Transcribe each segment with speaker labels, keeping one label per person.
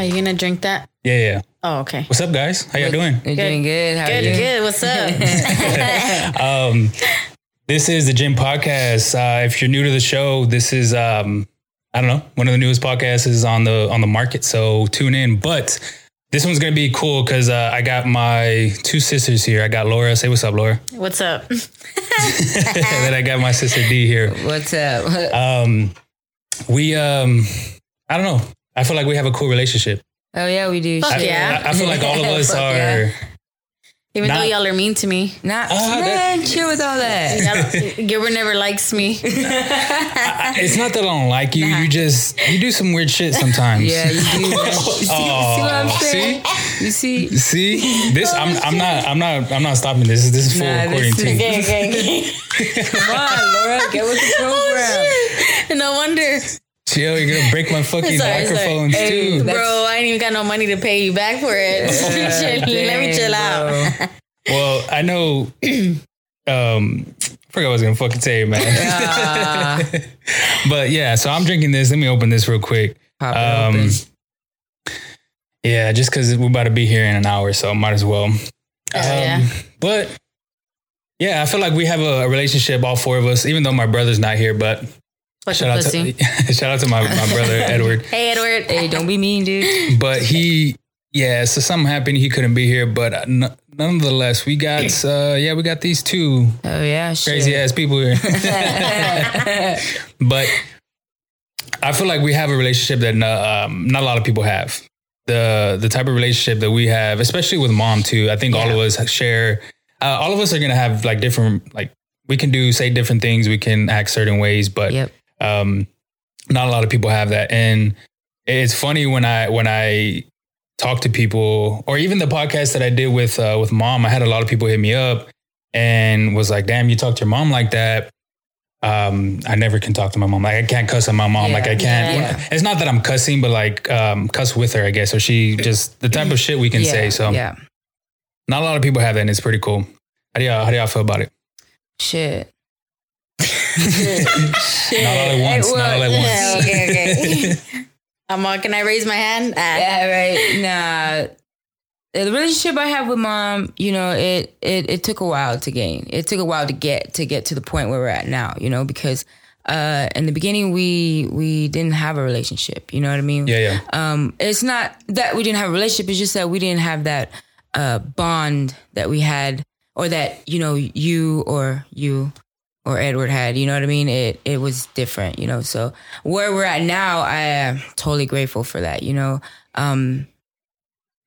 Speaker 1: you gonna drink that?
Speaker 2: Yeah, yeah.
Speaker 1: Oh, okay.
Speaker 2: What's up, guys? How y'all doing?
Speaker 1: Good.
Speaker 3: You're doing good. How
Speaker 1: Good,
Speaker 3: are you?
Speaker 1: good. What's up?
Speaker 2: Um, this is the Gym Podcast. Uh, if you're new to the show, this is um, I don't know, one of the newest podcasts is on the on the market. So tune in. But this one's gonna be cool because uh, I got my two sisters here. I got Laura. Say what's up, Laura.
Speaker 1: What's up?
Speaker 2: then I got my sister D here.
Speaker 3: What's up?
Speaker 2: Um, we um, I don't know. I feel like we have a cool relationship.
Speaker 3: Oh yeah, we do.
Speaker 1: Fuck
Speaker 3: shit.
Speaker 1: yeah.
Speaker 2: I, I feel like all of us
Speaker 3: Fuck
Speaker 2: are.
Speaker 3: yeah.
Speaker 1: Even though
Speaker 2: Nah.
Speaker 1: y'all are mean to me,
Speaker 3: Not
Speaker 2: Ah, that-
Speaker 3: man, chill with all that.
Speaker 1: Y'all- Gilbert never likes me.
Speaker 2: I- it's not that I don't like you. You just you do some weird shit sometimes.
Speaker 3: Yeah, you do. man. see, see what I'm
Speaker 2: Aw,
Speaker 3: saying? You see?
Speaker 2: See this? I'm, I'm not. I'm not. I'm not stopping this. This is full
Speaker 3: Nah,
Speaker 2: recording
Speaker 3: this is-
Speaker 2: team.
Speaker 3: Come on, Laura, get with
Speaker 1: Oh,
Speaker 3: the program.
Speaker 1: no wonder,
Speaker 2: Chill. oh, You're gonna break my fucking
Speaker 1: Sorry, sorry.
Speaker 2: microphones
Speaker 3: Hey,
Speaker 2: too.
Speaker 3: that's-
Speaker 1: bro. I ain't even got no money to pay you back for it.
Speaker 3: Uh,
Speaker 1: Let me chill, let me chill out.
Speaker 2: Well, I know. Um, I forgot what I was gonna fucking tell you, man. but yeah, so I'm drinking this. Let me open this real quick.
Speaker 3: Pop it
Speaker 2: Um,
Speaker 3: open.
Speaker 2: yeah, just because we're about to be here in an hour, so might as well.
Speaker 1: Hell
Speaker 3: Um,
Speaker 1: yeah.
Speaker 2: But yeah, I feel like we have a, a relationship, all four of us. Even though my brother's not here, but
Speaker 1: Fucking
Speaker 2: shout out
Speaker 1: pussy.
Speaker 2: to shout out to my, my brother Edward.
Speaker 1: Hey, Edward.
Speaker 3: Hey, don't be mean, dude.
Speaker 2: But he, yeah, so something happened. He couldn't be here, but uh, n- nonetheless, we got uh, yeah, we got these two
Speaker 3: Oh yeah, shit.
Speaker 2: crazy ass people here. but I feel like we have a relationship that uh, um, not a lot of people have. The the type of relationship that we have, especially with mom too. I think all of us share. Uh, all of us are gonna have like different like we can do say different things. We can act certain ways, but
Speaker 3: Yep.
Speaker 2: um, not a lot of people have that. And it's funny when I when I talk to people, or even the podcast that I did with uh, with mom, I had a lot of people hit me up and was like, "Damn, you talk to your mom like that." Um, I never can talk to my mom. Like I can't cuss at my mom.
Speaker 3: Yeah.
Speaker 2: like I can't.
Speaker 3: Yeah.
Speaker 2: It's not that I'm cussing, but like um, cuss with her, I guess. Or she just the type of shit we can
Speaker 3: yeah,
Speaker 2: say. So
Speaker 3: yeah,
Speaker 2: not a lot of people have that, and it's pretty cool. How do y'all how do y'all feel about it?
Speaker 3: shit.
Speaker 2: Not all at once. Not all at once.
Speaker 1: Yeah, okay, okay. I'm all, can I raise my hand? Ah,
Speaker 3: Yeah, right. Nah. The relationship I have with mom, you know, it, it it took a while to gain. It took a while to get to get to the point where we're at now, you know, because uh in the beginning we we didn't have a relationship, you know what I mean?
Speaker 2: Yeah, yeah.
Speaker 3: um, it's not that we didn't have a relationship. It's just that we didn't have that uh, bond that we had, or that you know you or you or Edward had. You know what I mean? It it was different. You know, so where we're at now, I am totally grateful for that. You know, um,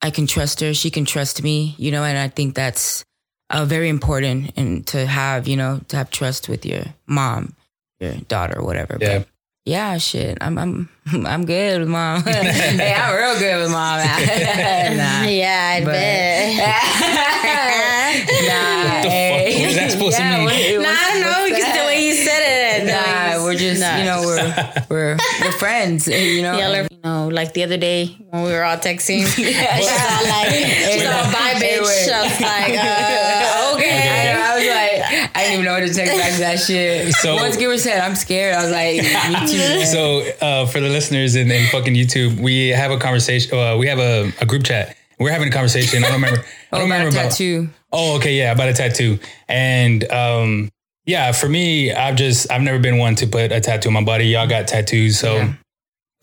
Speaker 3: I can trust her. She can trust me. You know, and I think that's uh, very important and to have. You know, to have trust with your mom, your daughter, whatever.
Speaker 2: Yeah.
Speaker 3: But yeah, shit. I'm I'm I'm good with mom. hey, I'm real good with mom. nah.
Speaker 1: yeah I
Speaker 3: But-
Speaker 1: bet.
Speaker 3: nah.
Speaker 2: What the
Speaker 3: hey.
Speaker 2: fuck was that supposed to
Speaker 3: Yeah,
Speaker 2: mean?
Speaker 3: what- it
Speaker 1: No,
Speaker 3: was-
Speaker 1: I don't know.
Speaker 3: what's
Speaker 1: Just the
Speaker 3: that?
Speaker 1: way you said it.
Speaker 3: Nah, we're just you know we're we're we're friends. eh, You know.
Speaker 1: Y'all are,
Speaker 3: and-
Speaker 1: you know, like the other day when we were all texting,
Speaker 3: Yeah.
Speaker 1: she's all like, she's all bye,
Speaker 3: Hey,
Speaker 1: bitch.
Speaker 3: wait.
Speaker 1: I was like, uh,
Speaker 3: I,
Speaker 1: okay.
Speaker 3: know, I was like, I didn't even know what to text back to that shit.
Speaker 2: So-
Speaker 3: Once Giver said, "I'm scared," I was like, "Me too." man."
Speaker 2: So uh, for the listeners in, in fucking YouTube, we have a conversation. Uh, we have a, a group chat. We're having a conversation. I don't remember. I
Speaker 3: Oh,
Speaker 2: don't
Speaker 3: my
Speaker 2: remember
Speaker 3: tattoo.
Speaker 2: Oh, okay, yeah, about a tattoo. And um, yeah, for me, I've just I've never been one to put a tattoo on my body. Y'all got tattoos, so
Speaker 3: Yeah.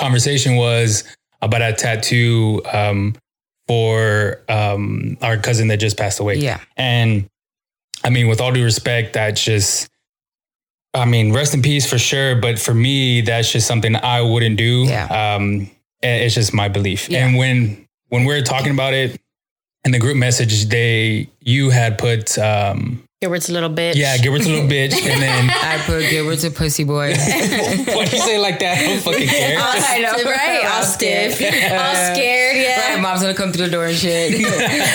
Speaker 2: conversation was about a tattoo um, for um, our cousin that just passed away.
Speaker 3: Yeah.
Speaker 2: And I mean, with all due respect, that's just, I mean, rest in peace for sure. But for me, that's just something I wouldn't do.
Speaker 3: Yeah.
Speaker 2: Um, and it's just my belief.
Speaker 3: Yeah.
Speaker 2: And when, when we are talking about it in the group message, they, you had put, um,
Speaker 1: Gilbert's a little bitch.
Speaker 2: yeah, Gilbert's a little bitch. And then
Speaker 3: I put Gilbert's a pussy boy.
Speaker 2: what you say like that? I don't fucking care.
Speaker 1: All
Speaker 3: I know.
Speaker 1: sti- Right? All
Speaker 3: I'm
Speaker 1: stiff. All
Speaker 3: Uh,
Speaker 1: scared,
Speaker 3: Right,
Speaker 1: yeah.
Speaker 3: mom's gonna come through the door and shit.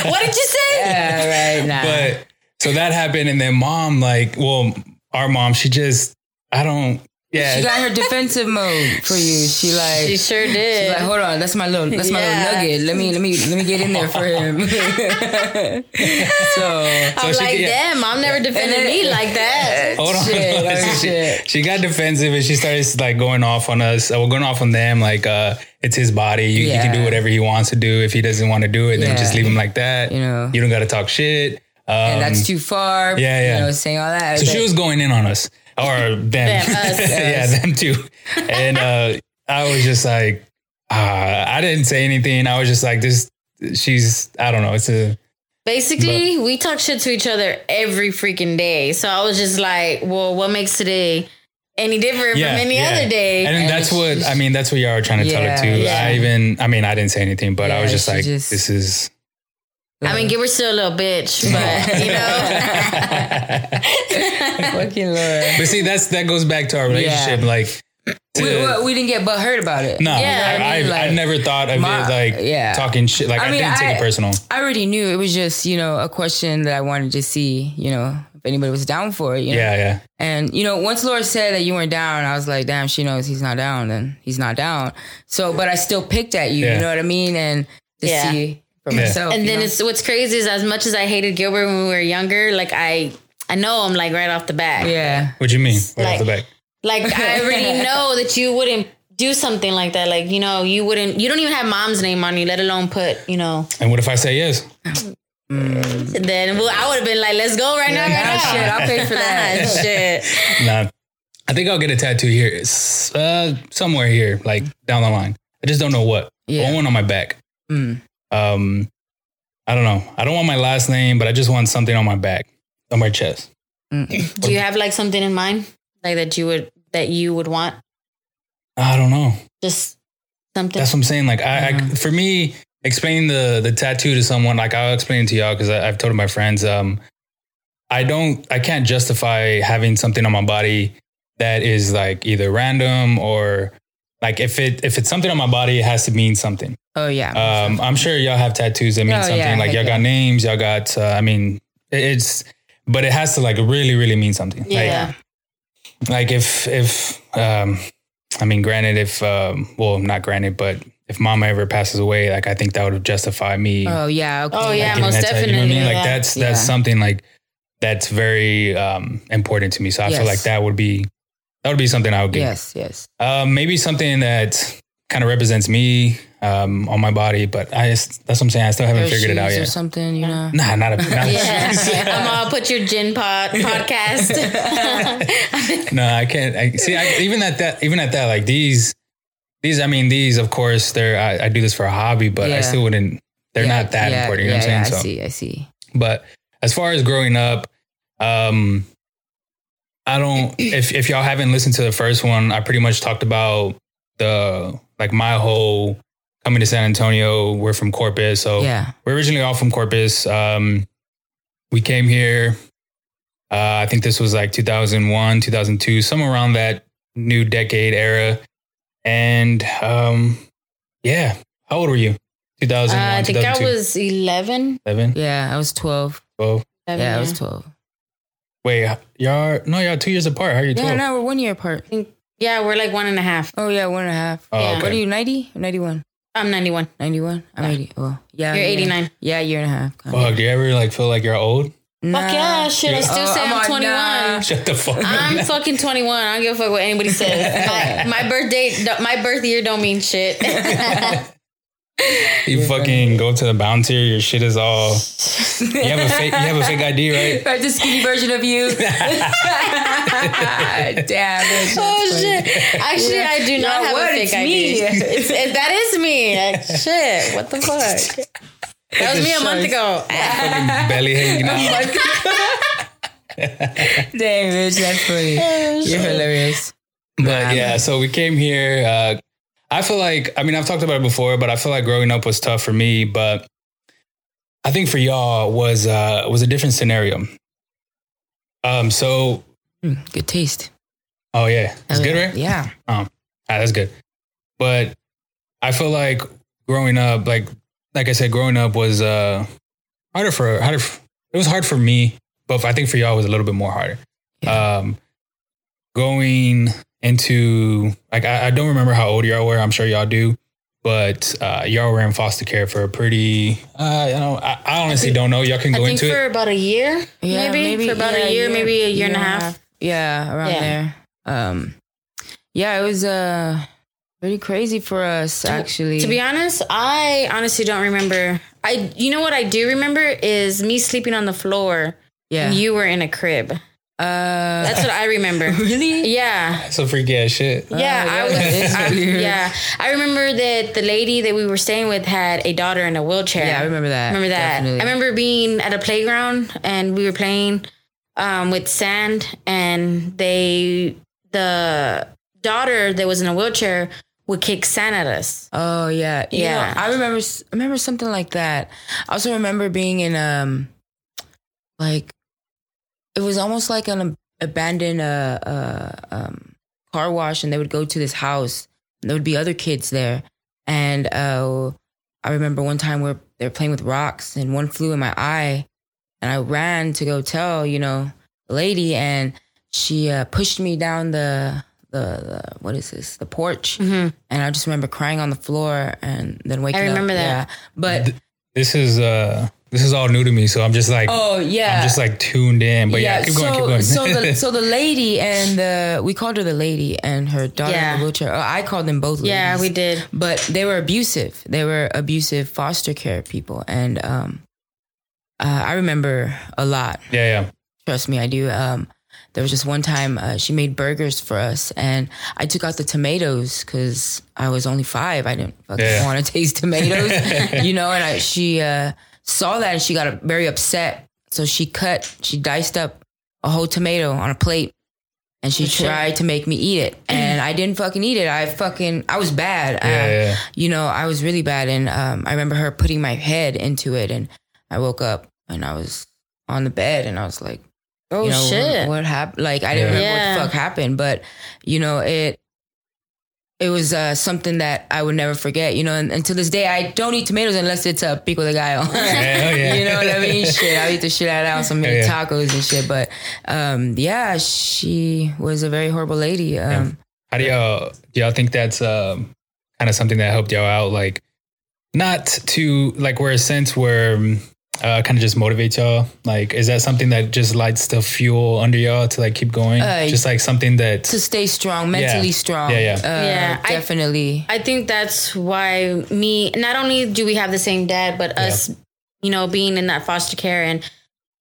Speaker 1: What did you say?
Speaker 3: yeah, right, nah.
Speaker 2: but so that happened and then mom like well our mom she just i don't Yeah.
Speaker 3: She got her defensive mode for you. She like
Speaker 1: She sure
Speaker 3: she's
Speaker 1: did.
Speaker 3: like, hold on, that's my little that's my
Speaker 1: Yeah.
Speaker 3: little nugget. Let me let me let me get in there for him. so
Speaker 2: So
Speaker 1: I'm
Speaker 2: she-
Speaker 1: like,
Speaker 2: yeah.
Speaker 1: damn, I'm never defending
Speaker 3: And then-
Speaker 1: me like that.
Speaker 2: Hold on.
Speaker 3: Shit, oh,
Speaker 2: So
Speaker 3: shit.
Speaker 2: she, she got defensive and she started like going off on us. Well, going off on them. Like uh, it's his body. You, he can do
Speaker 3: Yeah.
Speaker 2: whatever he wants to do. If he doesn't want to do it, then
Speaker 3: Yeah.
Speaker 2: just leave him like that.
Speaker 3: You know.
Speaker 2: you don't got to talk shit. Um,
Speaker 3: and that's too far.
Speaker 2: yeah, yeah.
Speaker 3: You know, saying all that.
Speaker 2: so she was going in on us or them.
Speaker 1: us.
Speaker 2: yeah, them too. And uh, I was just like, uh, I didn't say anything. I was just like, this. She's. I don't know. It's a.
Speaker 1: Basically, we talk shit to each other every freaking day. So I was just like, well, what makes today any different
Speaker 2: Yeah,
Speaker 1: from any
Speaker 2: yeah.
Speaker 1: other day?
Speaker 2: And,
Speaker 3: And
Speaker 2: that's
Speaker 3: it's
Speaker 2: what
Speaker 3: just-
Speaker 2: I mean. That's what y'all were trying to
Speaker 3: Yeah,
Speaker 2: tell her too.
Speaker 1: yeah.
Speaker 2: I even. I mean, I didn't say anything, but I
Speaker 3: Yeah,
Speaker 2: was just
Speaker 3: she
Speaker 2: like,
Speaker 3: just-
Speaker 2: this is.
Speaker 1: I mean, give her still a little bitch, but you know,
Speaker 3: fucking Lord.
Speaker 2: But see, that's that goes back to our relationship. Like, to-
Speaker 3: We, we, we didn't get but hurt about it.
Speaker 2: no,
Speaker 1: Yeah,
Speaker 2: I,
Speaker 3: I
Speaker 2: I, I
Speaker 3: mean, like,
Speaker 2: never thought of
Speaker 3: my-
Speaker 2: it like
Speaker 3: yeah.
Speaker 2: talking shit. Like, I,
Speaker 3: I mean,
Speaker 2: didn't take
Speaker 3: I-
Speaker 2: it personal.
Speaker 3: I already knew it was just you know a question that I wanted to see you know if anybody was down for it. You know?
Speaker 2: Yeah, yeah,
Speaker 3: And you know, once Laura said that you weren't down, I was like, damn, she knows he's not down, then he's not down. So, but I still picked at you,
Speaker 2: Yeah.
Speaker 3: you know what I mean? And to
Speaker 1: Yeah.
Speaker 3: see for
Speaker 2: Yeah.
Speaker 3: myself.
Speaker 1: and
Speaker 3: you
Speaker 1: then
Speaker 3: know?
Speaker 1: it's what's crazy is as much as I hated Gilbert when we were younger, like I, I know I'm like right off the bat.
Speaker 3: yeah.
Speaker 2: What do you mean? Right off
Speaker 1: Like-
Speaker 2: the back.
Speaker 1: Like I already know that you wouldn't do something like that. Like you know, you wouldn't. You don't even have mom's name on you, let alone put you know.
Speaker 2: And what if I say yes?
Speaker 3: Mm.
Speaker 1: Then well, I would have been like, let's go right now,
Speaker 3: Like,
Speaker 1: right
Speaker 3: ah,
Speaker 1: now.
Speaker 3: shit, I'll pay for that.
Speaker 1: shit.
Speaker 2: Nah, I think I'll get a tattoo here, It's, uh, somewhere here, like down the line. I just don't know what. I
Speaker 3: Yeah.
Speaker 2: want one on my back.
Speaker 3: Mm.
Speaker 2: Um, I don't know. I don't want my last name, but I just want something on my back, on my chest.
Speaker 1: Do you have like something in mind, like that you would that you would want?
Speaker 2: I don't know.
Speaker 1: Just something.
Speaker 2: That's what I'm saying. Like I, I for me, explaining the the tattoo to someone, like I'll explain it to y'all because I've told my friends, um, I don't, I can't justify having something on my body that is like either random or like if it if it's something on my body, it has to mean something.
Speaker 3: Oh, yeah.
Speaker 2: Um, I'm sure y'all have tattoos that mean
Speaker 3: Oh,
Speaker 2: something.
Speaker 3: yeah,
Speaker 2: like
Speaker 3: heck
Speaker 2: y'all
Speaker 3: yeah.
Speaker 2: got names, y'all got. Uh, I mean, it- it's, but it has to like really, really mean something. Like,
Speaker 1: yeah.
Speaker 2: like if if um i mean granted if um well not granted but if mama ever passes away like i think that would have justified me
Speaker 3: oh, yeah. Okay.
Speaker 1: Oh, yeah.
Speaker 2: getting
Speaker 1: most
Speaker 2: that tattoo, you know what I mean?
Speaker 1: definitely,
Speaker 2: like
Speaker 1: yeah.
Speaker 2: that's that's
Speaker 3: Yeah.
Speaker 2: something like that's very um important to me so i feel
Speaker 3: Yes.
Speaker 2: like that would be that would be something i would get
Speaker 3: Yes, yes.
Speaker 2: um maybe something that kind of represents me um on my body but i just, that's what i'm saying i still haven't
Speaker 3: Or
Speaker 2: figured it out
Speaker 3: shoes Or
Speaker 2: yet
Speaker 3: something, you know?
Speaker 2: nah not a not a-
Speaker 1: Yeah, I'm gonna put your gin pod podcast.
Speaker 2: no, I can't. I, see, I, even at that, even at that, like these, these. I mean, these. Of course, they're. I, I do this for a hobby, but I
Speaker 3: Yeah.
Speaker 2: still wouldn't. They're
Speaker 3: Yeah,
Speaker 2: not that
Speaker 3: yeah,
Speaker 2: important. You know
Speaker 3: yeah,
Speaker 2: what I'm
Speaker 3: yeah,
Speaker 2: saying?
Speaker 3: I
Speaker 2: so,
Speaker 3: see, I see.
Speaker 2: but as far as growing up, um, I don't. if if y'all haven't listened to the first one, I pretty much talked about the like my whole coming to San Antonio. We're from Corpus, so
Speaker 3: Yeah.
Speaker 2: we're originally all from Corpus. Um, we came here. Uh, I think this was like 2001, 2002, somewhere around that new decade era. And um, yeah, how old were you? 2001,
Speaker 1: Uh, I think I
Speaker 2: 2002,
Speaker 1: was 11.
Speaker 2: 11,
Speaker 3: Yeah, I was 12.
Speaker 2: 12.
Speaker 3: Yeah, I was
Speaker 1: yeah.
Speaker 3: 12.
Speaker 2: Wait, y'all? No, y'all two years apart. How are you? 12?
Speaker 3: Yeah, no, we're one year apart.
Speaker 1: Yeah, we're like one and a half.
Speaker 3: Oh, yeah, one and a half.
Speaker 2: Oh,
Speaker 1: yeah.
Speaker 2: okay.
Speaker 3: What are you, 90? 91?
Speaker 1: I'm 91.
Speaker 3: 91? I'm 80. Oh, yeah.
Speaker 1: You're
Speaker 3: yeah.
Speaker 1: 89.
Speaker 3: Yeah, year and a half.
Speaker 2: Fuck, do you ever like feel like you're old?
Speaker 1: Fuck yeah, shit. I
Speaker 2: Yeah.
Speaker 1: still
Speaker 3: Oh,
Speaker 1: say
Speaker 3: I'm
Speaker 1: I'm
Speaker 3: on
Speaker 1: 21.
Speaker 3: nah.
Speaker 2: Shut the fuck
Speaker 1: I'm
Speaker 2: up.
Speaker 1: fucking 21. I don't give a fuck what anybody says. My, my birth date, my birth year don't mean shit.
Speaker 2: You fucking go to the bouncer. Your shit is all. You have a fake. You have a fake ID, right?
Speaker 3: Right, the skinny version of you. Damn. bitch.
Speaker 1: oh shit! Actually, I do not
Speaker 3: Yeah,
Speaker 1: have
Speaker 3: what?
Speaker 1: a
Speaker 3: It's
Speaker 1: fake
Speaker 3: me.
Speaker 1: ID. It's, it, that is me. Like, shit! What the fuck? That was me a month ago.
Speaker 2: Fucking belly hanging out.
Speaker 3: Damn, bitch, that's funny. You're hilarious.
Speaker 2: But yeah, so we came here. Uh, I feel like, I mean, I've talked about it before, but I feel like growing up was tough for me. But I think for y'all was uh, was a different scenario. Um. So,
Speaker 3: Mm, Good taste.
Speaker 2: oh yeah, it's good, right?
Speaker 3: Yeah.
Speaker 2: Ah, that's good. But I feel like growing up, like like I said, growing up was uh harder for harder. f- It was hard for me, but I think for y'all it was a little bit more harder. Um, going into like I, I don't remember how old y'all were. I'm sure y'all do, but uh, y'all were in foster care for a pretty. Uh, you know, I, I honestly don't know. Y'all can
Speaker 1: I
Speaker 2: go
Speaker 1: think
Speaker 2: into
Speaker 1: for
Speaker 2: it.
Speaker 1: about a year,
Speaker 3: Yeah,
Speaker 1: maybe, for about
Speaker 3: yeah,
Speaker 1: a year, maybe a year and a half.
Speaker 3: Yeah, around
Speaker 1: Yeah.
Speaker 3: there. Um, yeah, it was uh pretty crazy for us actually.
Speaker 1: To be honest, I honestly don't remember. I, you know what I do remember is me sleeping on the floor.
Speaker 3: yeah,
Speaker 1: And you were in a crib.
Speaker 3: uh,
Speaker 1: That's what I remember.
Speaker 3: really.
Speaker 1: Yeah.
Speaker 2: So freaky ass shit.
Speaker 1: Yeah,
Speaker 3: yeah,
Speaker 1: I
Speaker 3: Oh, that
Speaker 1: was.
Speaker 3: is
Speaker 1: I,
Speaker 3: weird.
Speaker 1: yeah, I remember that the lady that we were staying with had a daughter in a wheelchair.
Speaker 3: Yeah, I remember that.
Speaker 1: Remember that?
Speaker 3: Definitely.
Speaker 1: I remember being at a playground and we were playing um, with sand, and they the daughter that was in a wheelchair would kick sand at us.
Speaker 3: Oh yeah, You
Speaker 1: Yeah.
Speaker 3: know, I remember. s- I remember something like that. I also remember being in um, like, it was almost like an ab- abandoned uh, uh um car wash, and they would go to this house. And there would be other kids there, and uh, I remember one time where they were playing with rocks, and one flew in my eye, and I ran to go tell you know the lady, and she uh, pushed me down the. The, the what is this? The porch,
Speaker 1: Mm-hmm.
Speaker 3: and I just remember crying on the floor and then waking up.
Speaker 1: remember that.
Speaker 3: Yeah. But
Speaker 2: This is uh this is all new to me, so I'm just like
Speaker 3: oh yeah,
Speaker 2: I'm just like tuned in. But yeah, keep going,
Speaker 3: so,
Speaker 2: keep going.
Speaker 3: so the so the lady and the we called her the lady and her daughter in
Speaker 1: Yeah.
Speaker 3: the wheelchair. Oh, I called them both.
Speaker 1: Yeah,
Speaker 3: ladies.
Speaker 1: we did.
Speaker 3: But they were abusive. They were abusive foster care people, and um, uh, I remember a lot.
Speaker 2: yeah, yeah.
Speaker 3: Trust me, I do. Um, there was just one time uh, she made burgers for us, and I took out the tomatoes because I was only five. I didn't fucking
Speaker 2: Yeah.
Speaker 3: want to taste tomatoes, you know. And I, she uh, saw that, and she got very upset. So she cut, she diced up a whole tomato on a plate, and she
Speaker 1: Oh, shit.
Speaker 3: tried to make me eat it. And I didn't fucking eat it. I fucking, I was bad. I-
Speaker 2: Yeah, yeah.
Speaker 3: you know, I was really bad. And um, I remember her putting my head into it. And I woke up and I was on the bed and I was like,
Speaker 1: Oh
Speaker 3: you know,
Speaker 1: shit!
Speaker 3: What, what happened? Like, I didn't
Speaker 2: Yeah.
Speaker 3: remember what
Speaker 1: Yeah.
Speaker 3: the fuck happened, but you know, it, it was uh, something that I would never forget, you know, and, and to this day, I don't eat tomatoes unless it's a pico de gallo.
Speaker 2: Hell yeah.
Speaker 3: you know what I mean? Shit, I eat the shit out of some
Speaker 2: Hell yeah.
Speaker 3: tacos and shit. But um, yeah, she was a very horrible lady. Um,
Speaker 2: How do y'all do y'all think that's um, kind of something that helped y'all out? Like not to like where a sense where um, uh, kind of just motivates y'all. Like is that something that just lights the fuel under y'all to like keep going?
Speaker 3: Uh,
Speaker 2: just like something that
Speaker 3: to stay strong, mentally strong.
Speaker 2: Yeah, yeah.
Speaker 3: Uh,
Speaker 1: Yeah, I-
Speaker 3: definitely.
Speaker 1: I think that's why me. Not only do we have the same dad, but us, you know, being in that foster care and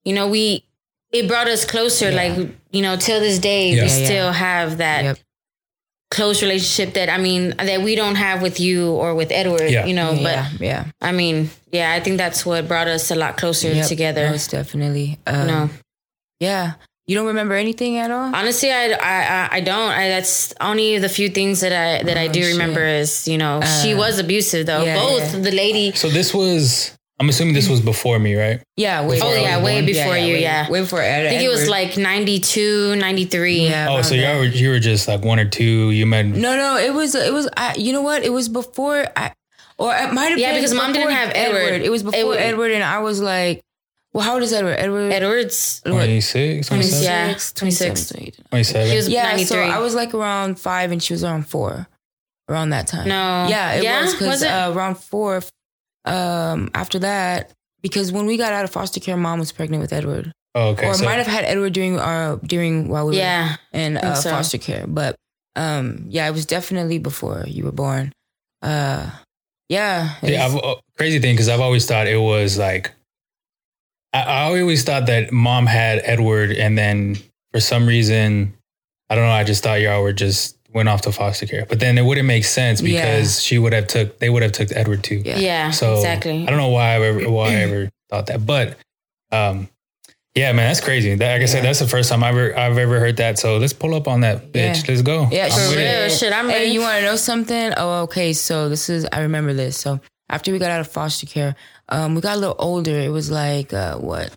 Speaker 1: you know, we it brought us closer.
Speaker 3: Yeah.
Speaker 1: Like you know, till this day,
Speaker 2: Yeah.
Speaker 1: we
Speaker 2: Yeah,
Speaker 3: yeah.
Speaker 1: still have that
Speaker 3: Yep.
Speaker 1: close relationship that I mean that we don't have with you or with Edward.
Speaker 2: Yeah.
Speaker 1: You know,
Speaker 3: yeah, yeah.
Speaker 1: but I mean, yeah, I think that's what brought us a lot closer
Speaker 3: Yep,
Speaker 1: together.
Speaker 3: Most definitely.
Speaker 1: you
Speaker 3: Um,
Speaker 1: know,
Speaker 3: Yeah. You don't remember anything at all?
Speaker 1: honestly, I I I- I don't. I that's only the few things that I that I
Speaker 3: Oh,
Speaker 1: do
Speaker 3: shit.
Speaker 1: remember is you know she
Speaker 3: Uh,
Speaker 1: was abusive though.
Speaker 3: yeah,
Speaker 1: Both
Speaker 3: yeah.
Speaker 1: the lady.
Speaker 2: so this was I'm assuming this was before me, right?
Speaker 3: yeah. Way
Speaker 2: Oh,
Speaker 3: before
Speaker 2: yeah,
Speaker 3: I was
Speaker 2: way
Speaker 3: born.
Speaker 1: before you,
Speaker 3: way,
Speaker 1: yeah.
Speaker 3: Way before Ed.
Speaker 1: I think it was like 92, 93.
Speaker 3: Yeah.
Speaker 2: oh,
Speaker 3: around
Speaker 2: so
Speaker 3: there.
Speaker 2: y'all were, you were just like one or two. You met
Speaker 3: No, no. It was. It was. I, you know what? It was before. I, or it might have
Speaker 1: Yeah,
Speaker 3: been
Speaker 1: because mom didn't
Speaker 3: before
Speaker 1: have Edward.
Speaker 3: It was before
Speaker 1: Edward-
Speaker 3: Edward, and I was like, "Well, how old is Edward? Edward,
Speaker 1: Edwards.
Speaker 3: what,
Speaker 2: 26, 27,
Speaker 1: Yeah.
Speaker 3: 26,
Speaker 1: 26.
Speaker 3: 27,
Speaker 1: He
Speaker 2: 27.
Speaker 1: was
Speaker 3: Yeah,
Speaker 1: 93.
Speaker 3: so I was like around five, and she was around four, around that time.
Speaker 1: No.
Speaker 3: yeah, it
Speaker 1: Yeah?
Speaker 3: was because
Speaker 1: Was it?
Speaker 3: uh, around four. Um, after that, because when we got out of foster care, mom was pregnant with Edward,
Speaker 2: Oh, okay,
Speaker 3: or
Speaker 2: so
Speaker 3: might have had Edward during our during while we
Speaker 1: yeah.
Speaker 3: were in
Speaker 1: think
Speaker 3: uh,
Speaker 1: so.
Speaker 3: foster care. But um, yeah, it was definitely before you were born. Uh, yeah, it
Speaker 2: Yeah,
Speaker 3: was-
Speaker 2: I've, uh, crazy thing because I've always thought it was like I, I always thought that mom had Edward, and then for some reason, I don't know. I just thought y'all were just went off to foster care, but then it wouldn't make sense
Speaker 3: Yeah.
Speaker 2: because she would have took they would have took Edward too.
Speaker 3: Yeah.
Speaker 1: Yeah.
Speaker 2: So
Speaker 1: exactly.
Speaker 2: I don't know why I ever why I ever thought that, but um, yeah, man, that's crazy. That, like I
Speaker 3: Yeah.
Speaker 2: said, that's the first time I've ever I've ever heard that. So let's pull up on that bitch.
Speaker 3: Yeah.
Speaker 2: Let's go.
Speaker 3: Yeah,
Speaker 2: I'm
Speaker 3: sure.
Speaker 1: For
Speaker 2: with it.
Speaker 1: real. Shit, I'm ready.
Speaker 3: Hey, you want to know something? Oh, okay. So this is I remember this. So after we got out of foster care, um, we got a little older. It was like uh, what?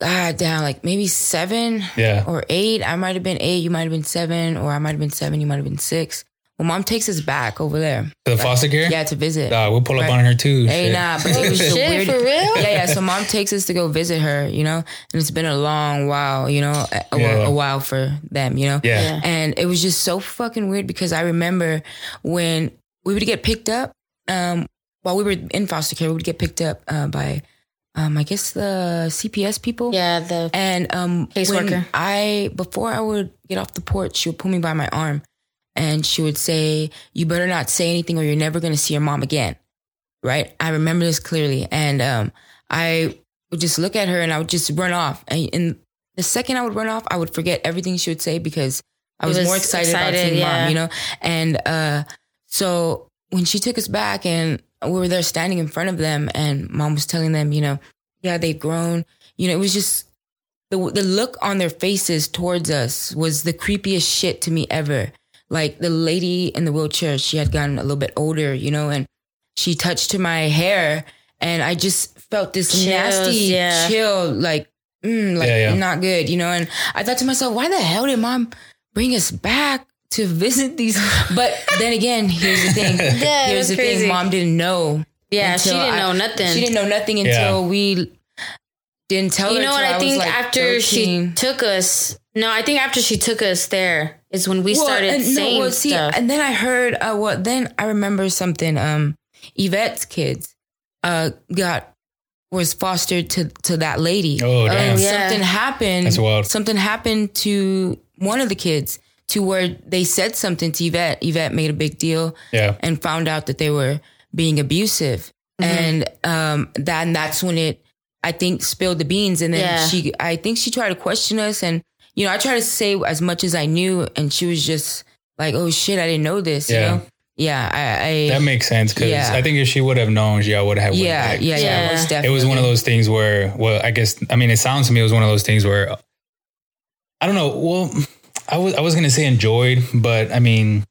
Speaker 3: God damn, like maybe seven
Speaker 2: Yeah,
Speaker 3: or eight. I might have been eight. You might have been seven, or I might have been seven. You might have been six. well, mom takes us back over there.
Speaker 2: the foster care.
Speaker 3: Yeah, to visit.
Speaker 2: Nah, we'll pull up
Speaker 3: Right.
Speaker 2: on her too.
Speaker 3: Hey,
Speaker 2: Shit.
Speaker 3: nah, but it was the
Speaker 1: Shit,
Speaker 3: weird.
Speaker 1: for real?
Speaker 3: Yeah, yeah. So mom takes us to go visit her, you know, and it's been a long while, you know, a, a-
Speaker 2: Yeah.
Speaker 3: a while for them, you know.
Speaker 2: yeah.
Speaker 1: Yeah.
Speaker 3: And it was just so fucking weird because I remember when we would get picked up, um, while we were in foster care, we would get picked up uh, by, um, I guess the CPS people.
Speaker 1: Yeah, the
Speaker 3: And um,
Speaker 1: Caseworker.
Speaker 3: when I before I would get off the porch, she would pull me by my arm, and she would say, "You better not say anything, or you're never going to see your mom again." Right? I remember this clearly, and um, I would just look at her, and I would just run off. And, and the second I would run off, I would forget everything she would say because I
Speaker 1: It
Speaker 3: was,
Speaker 1: was
Speaker 3: more excited, about
Speaker 1: excited,
Speaker 3: seeing
Speaker 1: yeah.
Speaker 3: mom, you know. And uh, so when she took us back, and we were there standing in front of them, and mom was telling them, you know, yeah, they've grown. You know, it was just the the look on their faces towards us was the creepiest shit to me ever. Like the lady in the wheelchair, she had gotten a little bit older, you know, and she touched to my hair, and I just felt this
Speaker 1: Chills,
Speaker 3: nasty
Speaker 1: yeah.
Speaker 3: chill, like, mm, like
Speaker 2: Yeah, yeah.
Speaker 3: not good, you know. And I thought to myself, why the hell did mom bring us back to visit these? But then again, here's the thing.
Speaker 1: Yeah, that's
Speaker 3: here's the
Speaker 1: crazy.
Speaker 3: thing. Mom didn't know.
Speaker 1: yeah. She
Speaker 3: until
Speaker 1: didn't
Speaker 3: I-
Speaker 1: know nothing.
Speaker 3: She didn't know nothing until
Speaker 2: Yeah.
Speaker 3: we didn't tell her.
Speaker 1: you know what?
Speaker 3: till
Speaker 1: I
Speaker 3: was,
Speaker 1: think
Speaker 3: like,
Speaker 1: after
Speaker 3: 13.
Speaker 1: she took us. No, I think after she took us there is when we
Speaker 3: Well,
Speaker 1: started
Speaker 3: and no,
Speaker 1: saying
Speaker 3: well, see,
Speaker 1: stuff.
Speaker 3: And then I heard. Uh, well, then I remember something. Um, Yvette's kids uh, got was fostered to to that lady.
Speaker 2: Oh damn.
Speaker 3: and
Speaker 1: yeah.
Speaker 3: something happened.
Speaker 2: That's wild.
Speaker 3: Something happened to one of the kids to where they said something to Yvette. Yvette made a big deal
Speaker 2: Yeah.
Speaker 3: and found out that they were being abusive.
Speaker 1: Mhm.
Speaker 3: And um that and that's when it I think spilled the beans and then
Speaker 1: Yeah.
Speaker 3: she I think she tried to question us and you know, I tried to say as much as I knew and she was just like, Oh shit, I didn't know this,
Speaker 2: Yeah.
Speaker 3: you know? Yeah, I, I
Speaker 2: That makes sense because
Speaker 3: Yeah.
Speaker 2: I think if she would have known, yeah, would have. went
Speaker 3: yeah,
Speaker 2: back.
Speaker 3: yeah, yeah,
Speaker 1: Yeah.
Speaker 3: most
Speaker 2: It was one of
Speaker 3: definitely.
Speaker 2: those things where, well, I guess, I mean, it sounds to me it was one of those things where, I don't know. Well, I was, I was gonna say enjoyed, but I mean,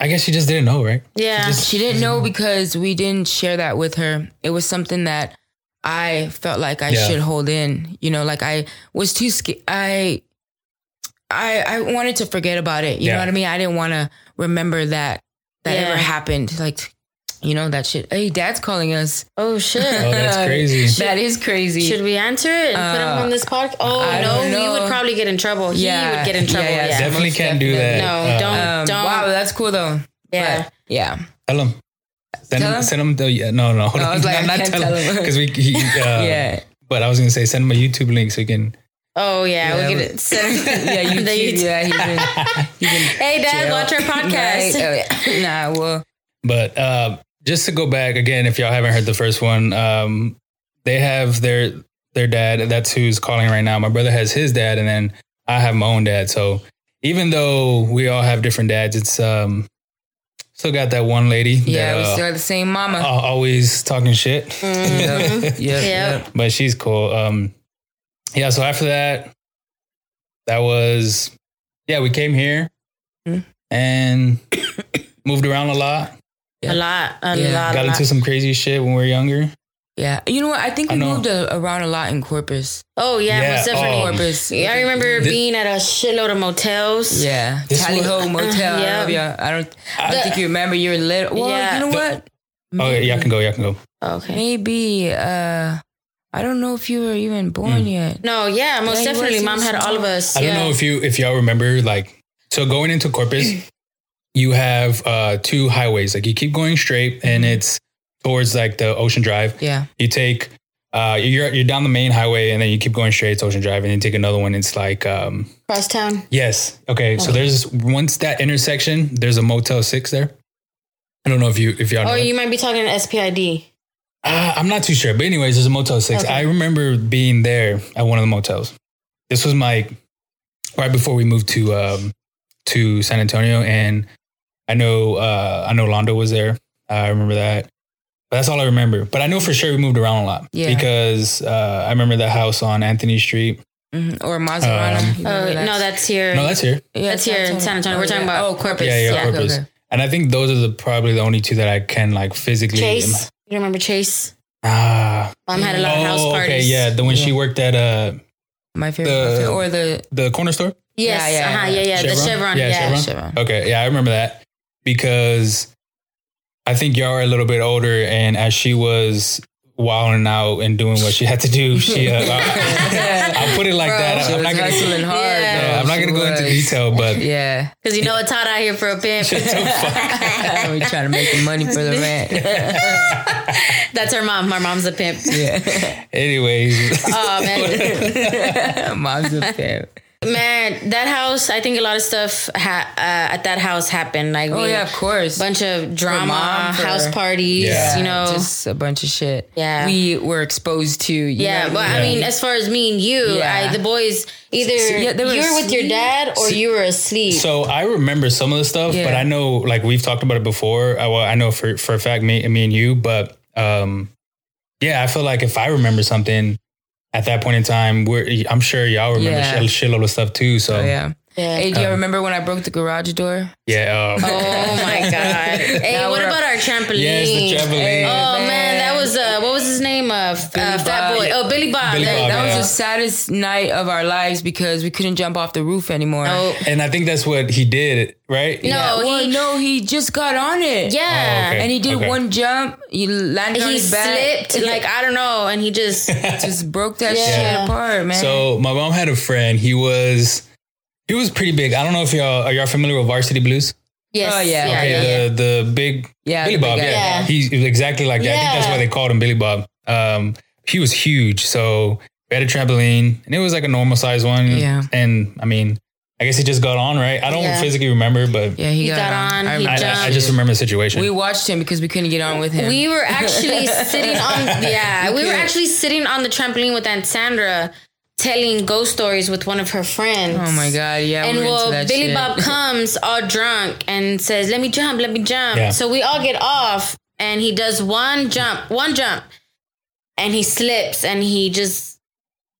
Speaker 2: I guess she just didn't know, right?
Speaker 1: yeah,
Speaker 2: just-
Speaker 3: She didn't know because we didn't share that with her. It was something that I felt like I
Speaker 2: Yeah.
Speaker 3: should hold in. You know, like I was too scared. I, I, I wanted to forget about it. You
Speaker 2: Yeah.
Speaker 3: know what I mean? I didn't want to remember that that
Speaker 1: Yeah.
Speaker 3: ever happened. Like, you know, that shit. Hey, dad's calling us.
Speaker 1: oh shit.
Speaker 2: Oh, that's crazy.
Speaker 3: that is crazy.
Speaker 1: Should we answer it and put him
Speaker 3: Uh,
Speaker 1: on this podcast? Oh
Speaker 3: I
Speaker 1: no,
Speaker 3: don't
Speaker 1: we
Speaker 3: know.
Speaker 1: would probably get in trouble. He
Speaker 3: Yeah,
Speaker 1: would get in
Speaker 3: yeah,
Speaker 1: trouble.
Speaker 3: yeah,
Speaker 1: Yeah, yeah.
Speaker 2: definitely
Speaker 3: most
Speaker 2: can't do that. Uh,
Speaker 1: definitely. No, don't.
Speaker 3: um, wow, that's cool though. But, yeah.
Speaker 2: Tell him. Send
Speaker 3: Tell
Speaker 2: him.
Speaker 3: 'em?
Speaker 2: Send him. The, yeah, no, no.
Speaker 3: I was like, I can't tell him.
Speaker 2: because we. He, uh,
Speaker 3: yeah.
Speaker 2: But I was gonna say send him a YouTube link so he can.
Speaker 1: Oh yeah,
Speaker 3: Yeah,
Speaker 1: we
Speaker 3: but-
Speaker 1: get it. Send him-
Speaker 3: yeah,
Speaker 1: the
Speaker 3: you,
Speaker 1: YouTube.
Speaker 3: yeah, he's been, he's been
Speaker 1: Hey dad,
Speaker 3: jail.
Speaker 1: watch our podcast.
Speaker 3: Right? Oh, yeah. Nah, well,
Speaker 2: But uh, just to go back again, if y'all haven't heard the first one, um, they have their their dad. That's who's calling right now. My brother has his dad, and then I have my own dad. So even though we all have different dads, it's um, still got that one lady
Speaker 3: yeah, we
Speaker 2: that
Speaker 3: still
Speaker 2: uh,
Speaker 3: have the same mama.
Speaker 2: al- always talking shit.
Speaker 3: Mm-hmm. Yep,
Speaker 1: Yep.
Speaker 2: but she's cool. Um, yeah. So after that, that was yeah. We came here
Speaker 3: Mhm.
Speaker 2: and moved around a lot.
Speaker 1: A lot, a
Speaker 3: Yeah.
Speaker 1: lot, a
Speaker 2: Got
Speaker 1: lot.
Speaker 2: into some crazy shit when we were younger.
Speaker 3: Yeah. You know what? I think
Speaker 2: I
Speaker 3: we
Speaker 2: know.
Speaker 3: moved a, around a lot in Corpus.
Speaker 1: Oh yeah,
Speaker 2: Yeah,
Speaker 1: most definitely.
Speaker 2: oh.
Speaker 3: Corpus.
Speaker 1: I remember
Speaker 2: Thi-
Speaker 1: being at a shitload of motels.
Speaker 3: Yeah.
Speaker 2: This
Speaker 3: Tally
Speaker 2: was-
Speaker 3: Ho Motel.
Speaker 1: Yeah.
Speaker 3: I, don't, know if y'all- I don't, I don't
Speaker 1: The-
Speaker 3: think you remember. You were little. Well,
Speaker 1: Yeah.
Speaker 3: you know
Speaker 2: The-
Speaker 3: what?
Speaker 2: Oh, yeah, y'all can go. Y'all can go.
Speaker 1: Okay.
Speaker 3: Maybe. Uh, I don't know if you were even born
Speaker 2: Mm.
Speaker 3: yet.
Speaker 1: No, yeah, most
Speaker 3: Yeah, you
Speaker 1: definitely.
Speaker 3: were
Speaker 1: Mom had all of us.
Speaker 2: I
Speaker 1: yeah.
Speaker 2: don't know if you if y'all remember like so going into Corpus, you have uh two highways. Like you keep going straight and it's towards like the Ocean Drive.
Speaker 3: Yeah.
Speaker 2: You take uh you're you're down the main highway and then you keep going straight to Ocean Drive and then you take another one. It's like um
Speaker 1: Crosstown.
Speaker 2: yes. Okay. So there's once that intersection, there's a Motel Six there. I don't know if you if y'all know.
Speaker 1: Or
Speaker 2: it.
Speaker 1: Oh, you might be talking SPID.
Speaker 2: Uh, I'm not too sure, but anyways, there's a Motel Six.
Speaker 1: Okay.
Speaker 2: I remember being there at one of the motels. This was my right before we moved to um, to San Antonio, and I know uh, I know Londo was there. I remember that. But that's all I remember. But I know for sure we moved around a lot
Speaker 3: Yeah.
Speaker 2: because uh, I remember that house on Anthony Street.
Speaker 3: hmm Or
Speaker 2: Um,
Speaker 3: Maserati.
Speaker 1: Oh no, that's here.
Speaker 2: No, that's here,
Speaker 3: yeah,
Speaker 1: that's here in San Antonio. We're talking
Speaker 3: yeah.
Speaker 1: about
Speaker 3: Oh, Corpus.
Speaker 2: Yeah, yeah,
Speaker 3: okay,
Speaker 2: Corpus.
Speaker 3: okay.
Speaker 2: and I think those are the probably the only two that I can like physically.
Speaker 1: Chase. You remember Chase?
Speaker 2: Ah,
Speaker 1: Mom had a lot of house
Speaker 2: oh,
Speaker 1: parties.
Speaker 2: okay, yeah. The when she
Speaker 3: Yeah.
Speaker 2: worked at uh,
Speaker 3: My favorite
Speaker 2: The-
Speaker 3: outfit or the
Speaker 2: The corner store?
Speaker 1: Yes.
Speaker 3: Yeah, yeah,
Speaker 1: uh-huh,
Speaker 3: yeah.
Speaker 1: yeah, yeah. The Chevron. Yeah.
Speaker 2: Chevron?
Speaker 3: Chevron.
Speaker 2: Okay, yeah, I remember that because I think y'all are a little bit older, and as she was wilding out and doing what she had to do, she. Uh, I, will put it like
Speaker 3: Bro,
Speaker 2: that.
Speaker 3: She
Speaker 2: I'm
Speaker 3: was
Speaker 2: not gonna.
Speaker 3: hustling hard.
Speaker 1: Yeah.
Speaker 2: Yeah,
Speaker 3: bro.
Speaker 2: I'm not
Speaker 3: She
Speaker 2: gonna go into
Speaker 3: was.
Speaker 2: detail, but
Speaker 3: Yeah.
Speaker 1: Because you know it's hot out here for a pimp.
Speaker 3: we trying to make the money for the rent.
Speaker 1: That's her mom. My mom's a pimp.
Speaker 3: yeah.
Speaker 2: anyways,
Speaker 1: Oh man,
Speaker 3: Mom's a pimp.
Speaker 1: man, that house. I think a lot of stuff ha- uh, at that house happened. Like,
Speaker 3: Oh
Speaker 1: we-
Speaker 3: yeah, of course.
Speaker 1: bunch of drama,
Speaker 3: mom, for-
Speaker 1: house parties.
Speaker 2: Yeah.
Speaker 1: You know,
Speaker 3: just a bunch of shit.
Speaker 1: Yeah.
Speaker 3: We were exposed to. you
Speaker 1: Yeah,
Speaker 3: know
Speaker 1: but
Speaker 3: what
Speaker 1: I mean, as far as me and you,
Speaker 3: Yeah.
Speaker 1: I, the boys, either
Speaker 3: yeah, they were
Speaker 1: you were with your
Speaker 3: asleep.
Speaker 1: dad or you were asleep.
Speaker 2: so I remember some of the stuff, but
Speaker 3: Yeah.
Speaker 2: I know like we've talked about it before. I, well, I know for for a fact, me, me and you, but um, yeah, I feel like if I remember something at that point in time, we're I'm sure y'all remember
Speaker 3: Yeah.
Speaker 2: shit shitload of stuff too. So
Speaker 3: Oh, yeah.
Speaker 1: yeah.
Speaker 3: Hey, do you remember when I broke the garage door?
Speaker 2: yeah, um,
Speaker 1: Oh my god! hey,
Speaker 3: Now
Speaker 1: what
Speaker 3: we're-
Speaker 1: about our trampoline?
Speaker 2: yes, the trampoline.
Speaker 1: Oh
Speaker 3: Hey.
Speaker 1: man.
Speaker 3: Man.
Speaker 1: that was uh, what was his name? Uh, f- uh Fat
Speaker 3: Billy Bob.
Speaker 1: Boy. Oh, Billy Bob.
Speaker 2: Billy
Speaker 1: That-
Speaker 2: Bob,
Speaker 1: that
Speaker 3: That was
Speaker 2: Yeah.
Speaker 3: the saddest night of our lives because we couldn't jump off the roof anymore.
Speaker 1: was-
Speaker 2: And I think that's what he did, right?
Speaker 1: Oh. No.
Speaker 3: Yeah. Well,
Speaker 1: he-
Speaker 3: no, he just got on it.
Speaker 1: yeah.
Speaker 2: Oh, okay.
Speaker 3: And he did
Speaker 2: Okay.
Speaker 3: one jump. He landed on
Speaker 1: He
Speaker 3: his back.
Speaker 1: slipped like I don't know, and he just
Speaker 3: just broke that
Speaker 1: Yeah.
Speaker 3: shit apart, man.
Speaker 2: So my mom had a friend. He was he was pretty big. I don't know if y'all are y'all familiar with Varsity Blues.
Speaker 1: yes,
Speaker 3: Oh, yeah.
Speaker 1: yeah,
Speaker 2: Okay,
Speaker 1: yeah, yeah.
Speaker 2: the the big
Speaker 3: yeah,
Speaker 2: Billy
Speaker 3: the big
Speaker 2: Bob.
Speaker 3: guy.
Speaker 2: Yeah.
Speaker 1: Yeah.
Speaker 2: He, he was exactly like that. I think that's
Speaker 1: Yeah.
Speaker 2: why they called him Billy Bob. Um, he was huge. So we had a trampoline, and it was like a normal size one.
Speaker 3: Yeah.
Speaker 2: And I mean, I guess he just got on, right? I don't
Speaker 1: Yeah.
Speaker 2: physically remember, but
Speaker 3: Yeah, he,
Speaker 1: He
Speaker 3: got,
Speaker 1: got on,
Speaker 3: on.
Speaker 1: he
Speaker 2: I,
Speaker 3: remember
Speaker 2: I, I
Speaker 3: that
Speaker 2: just
Speaker 3: shit.
Speaker 2: remember the situation.
Speaker 3: We watched him because we couldn't get on with him.
Speaker 1: We were actually sitting on yeah, we were actually sitting on the trampoline with Aunt Sandra, telling ghost stories with one of her friends.
Speaker 3: oh my god, yeah.
Speaker 1: And
Speaker 3: we were into
Speaker 1: well,
Speaker 3: that
Speaker 1: Billy
Speaker 3: shit.
Speaker 1: Bob comes all drunk and says, "Let me jump, let me jump."
Speaker 2: Yeah.
Speaker 1: So we all get off, and he does one jump, one jump, and he slips and he just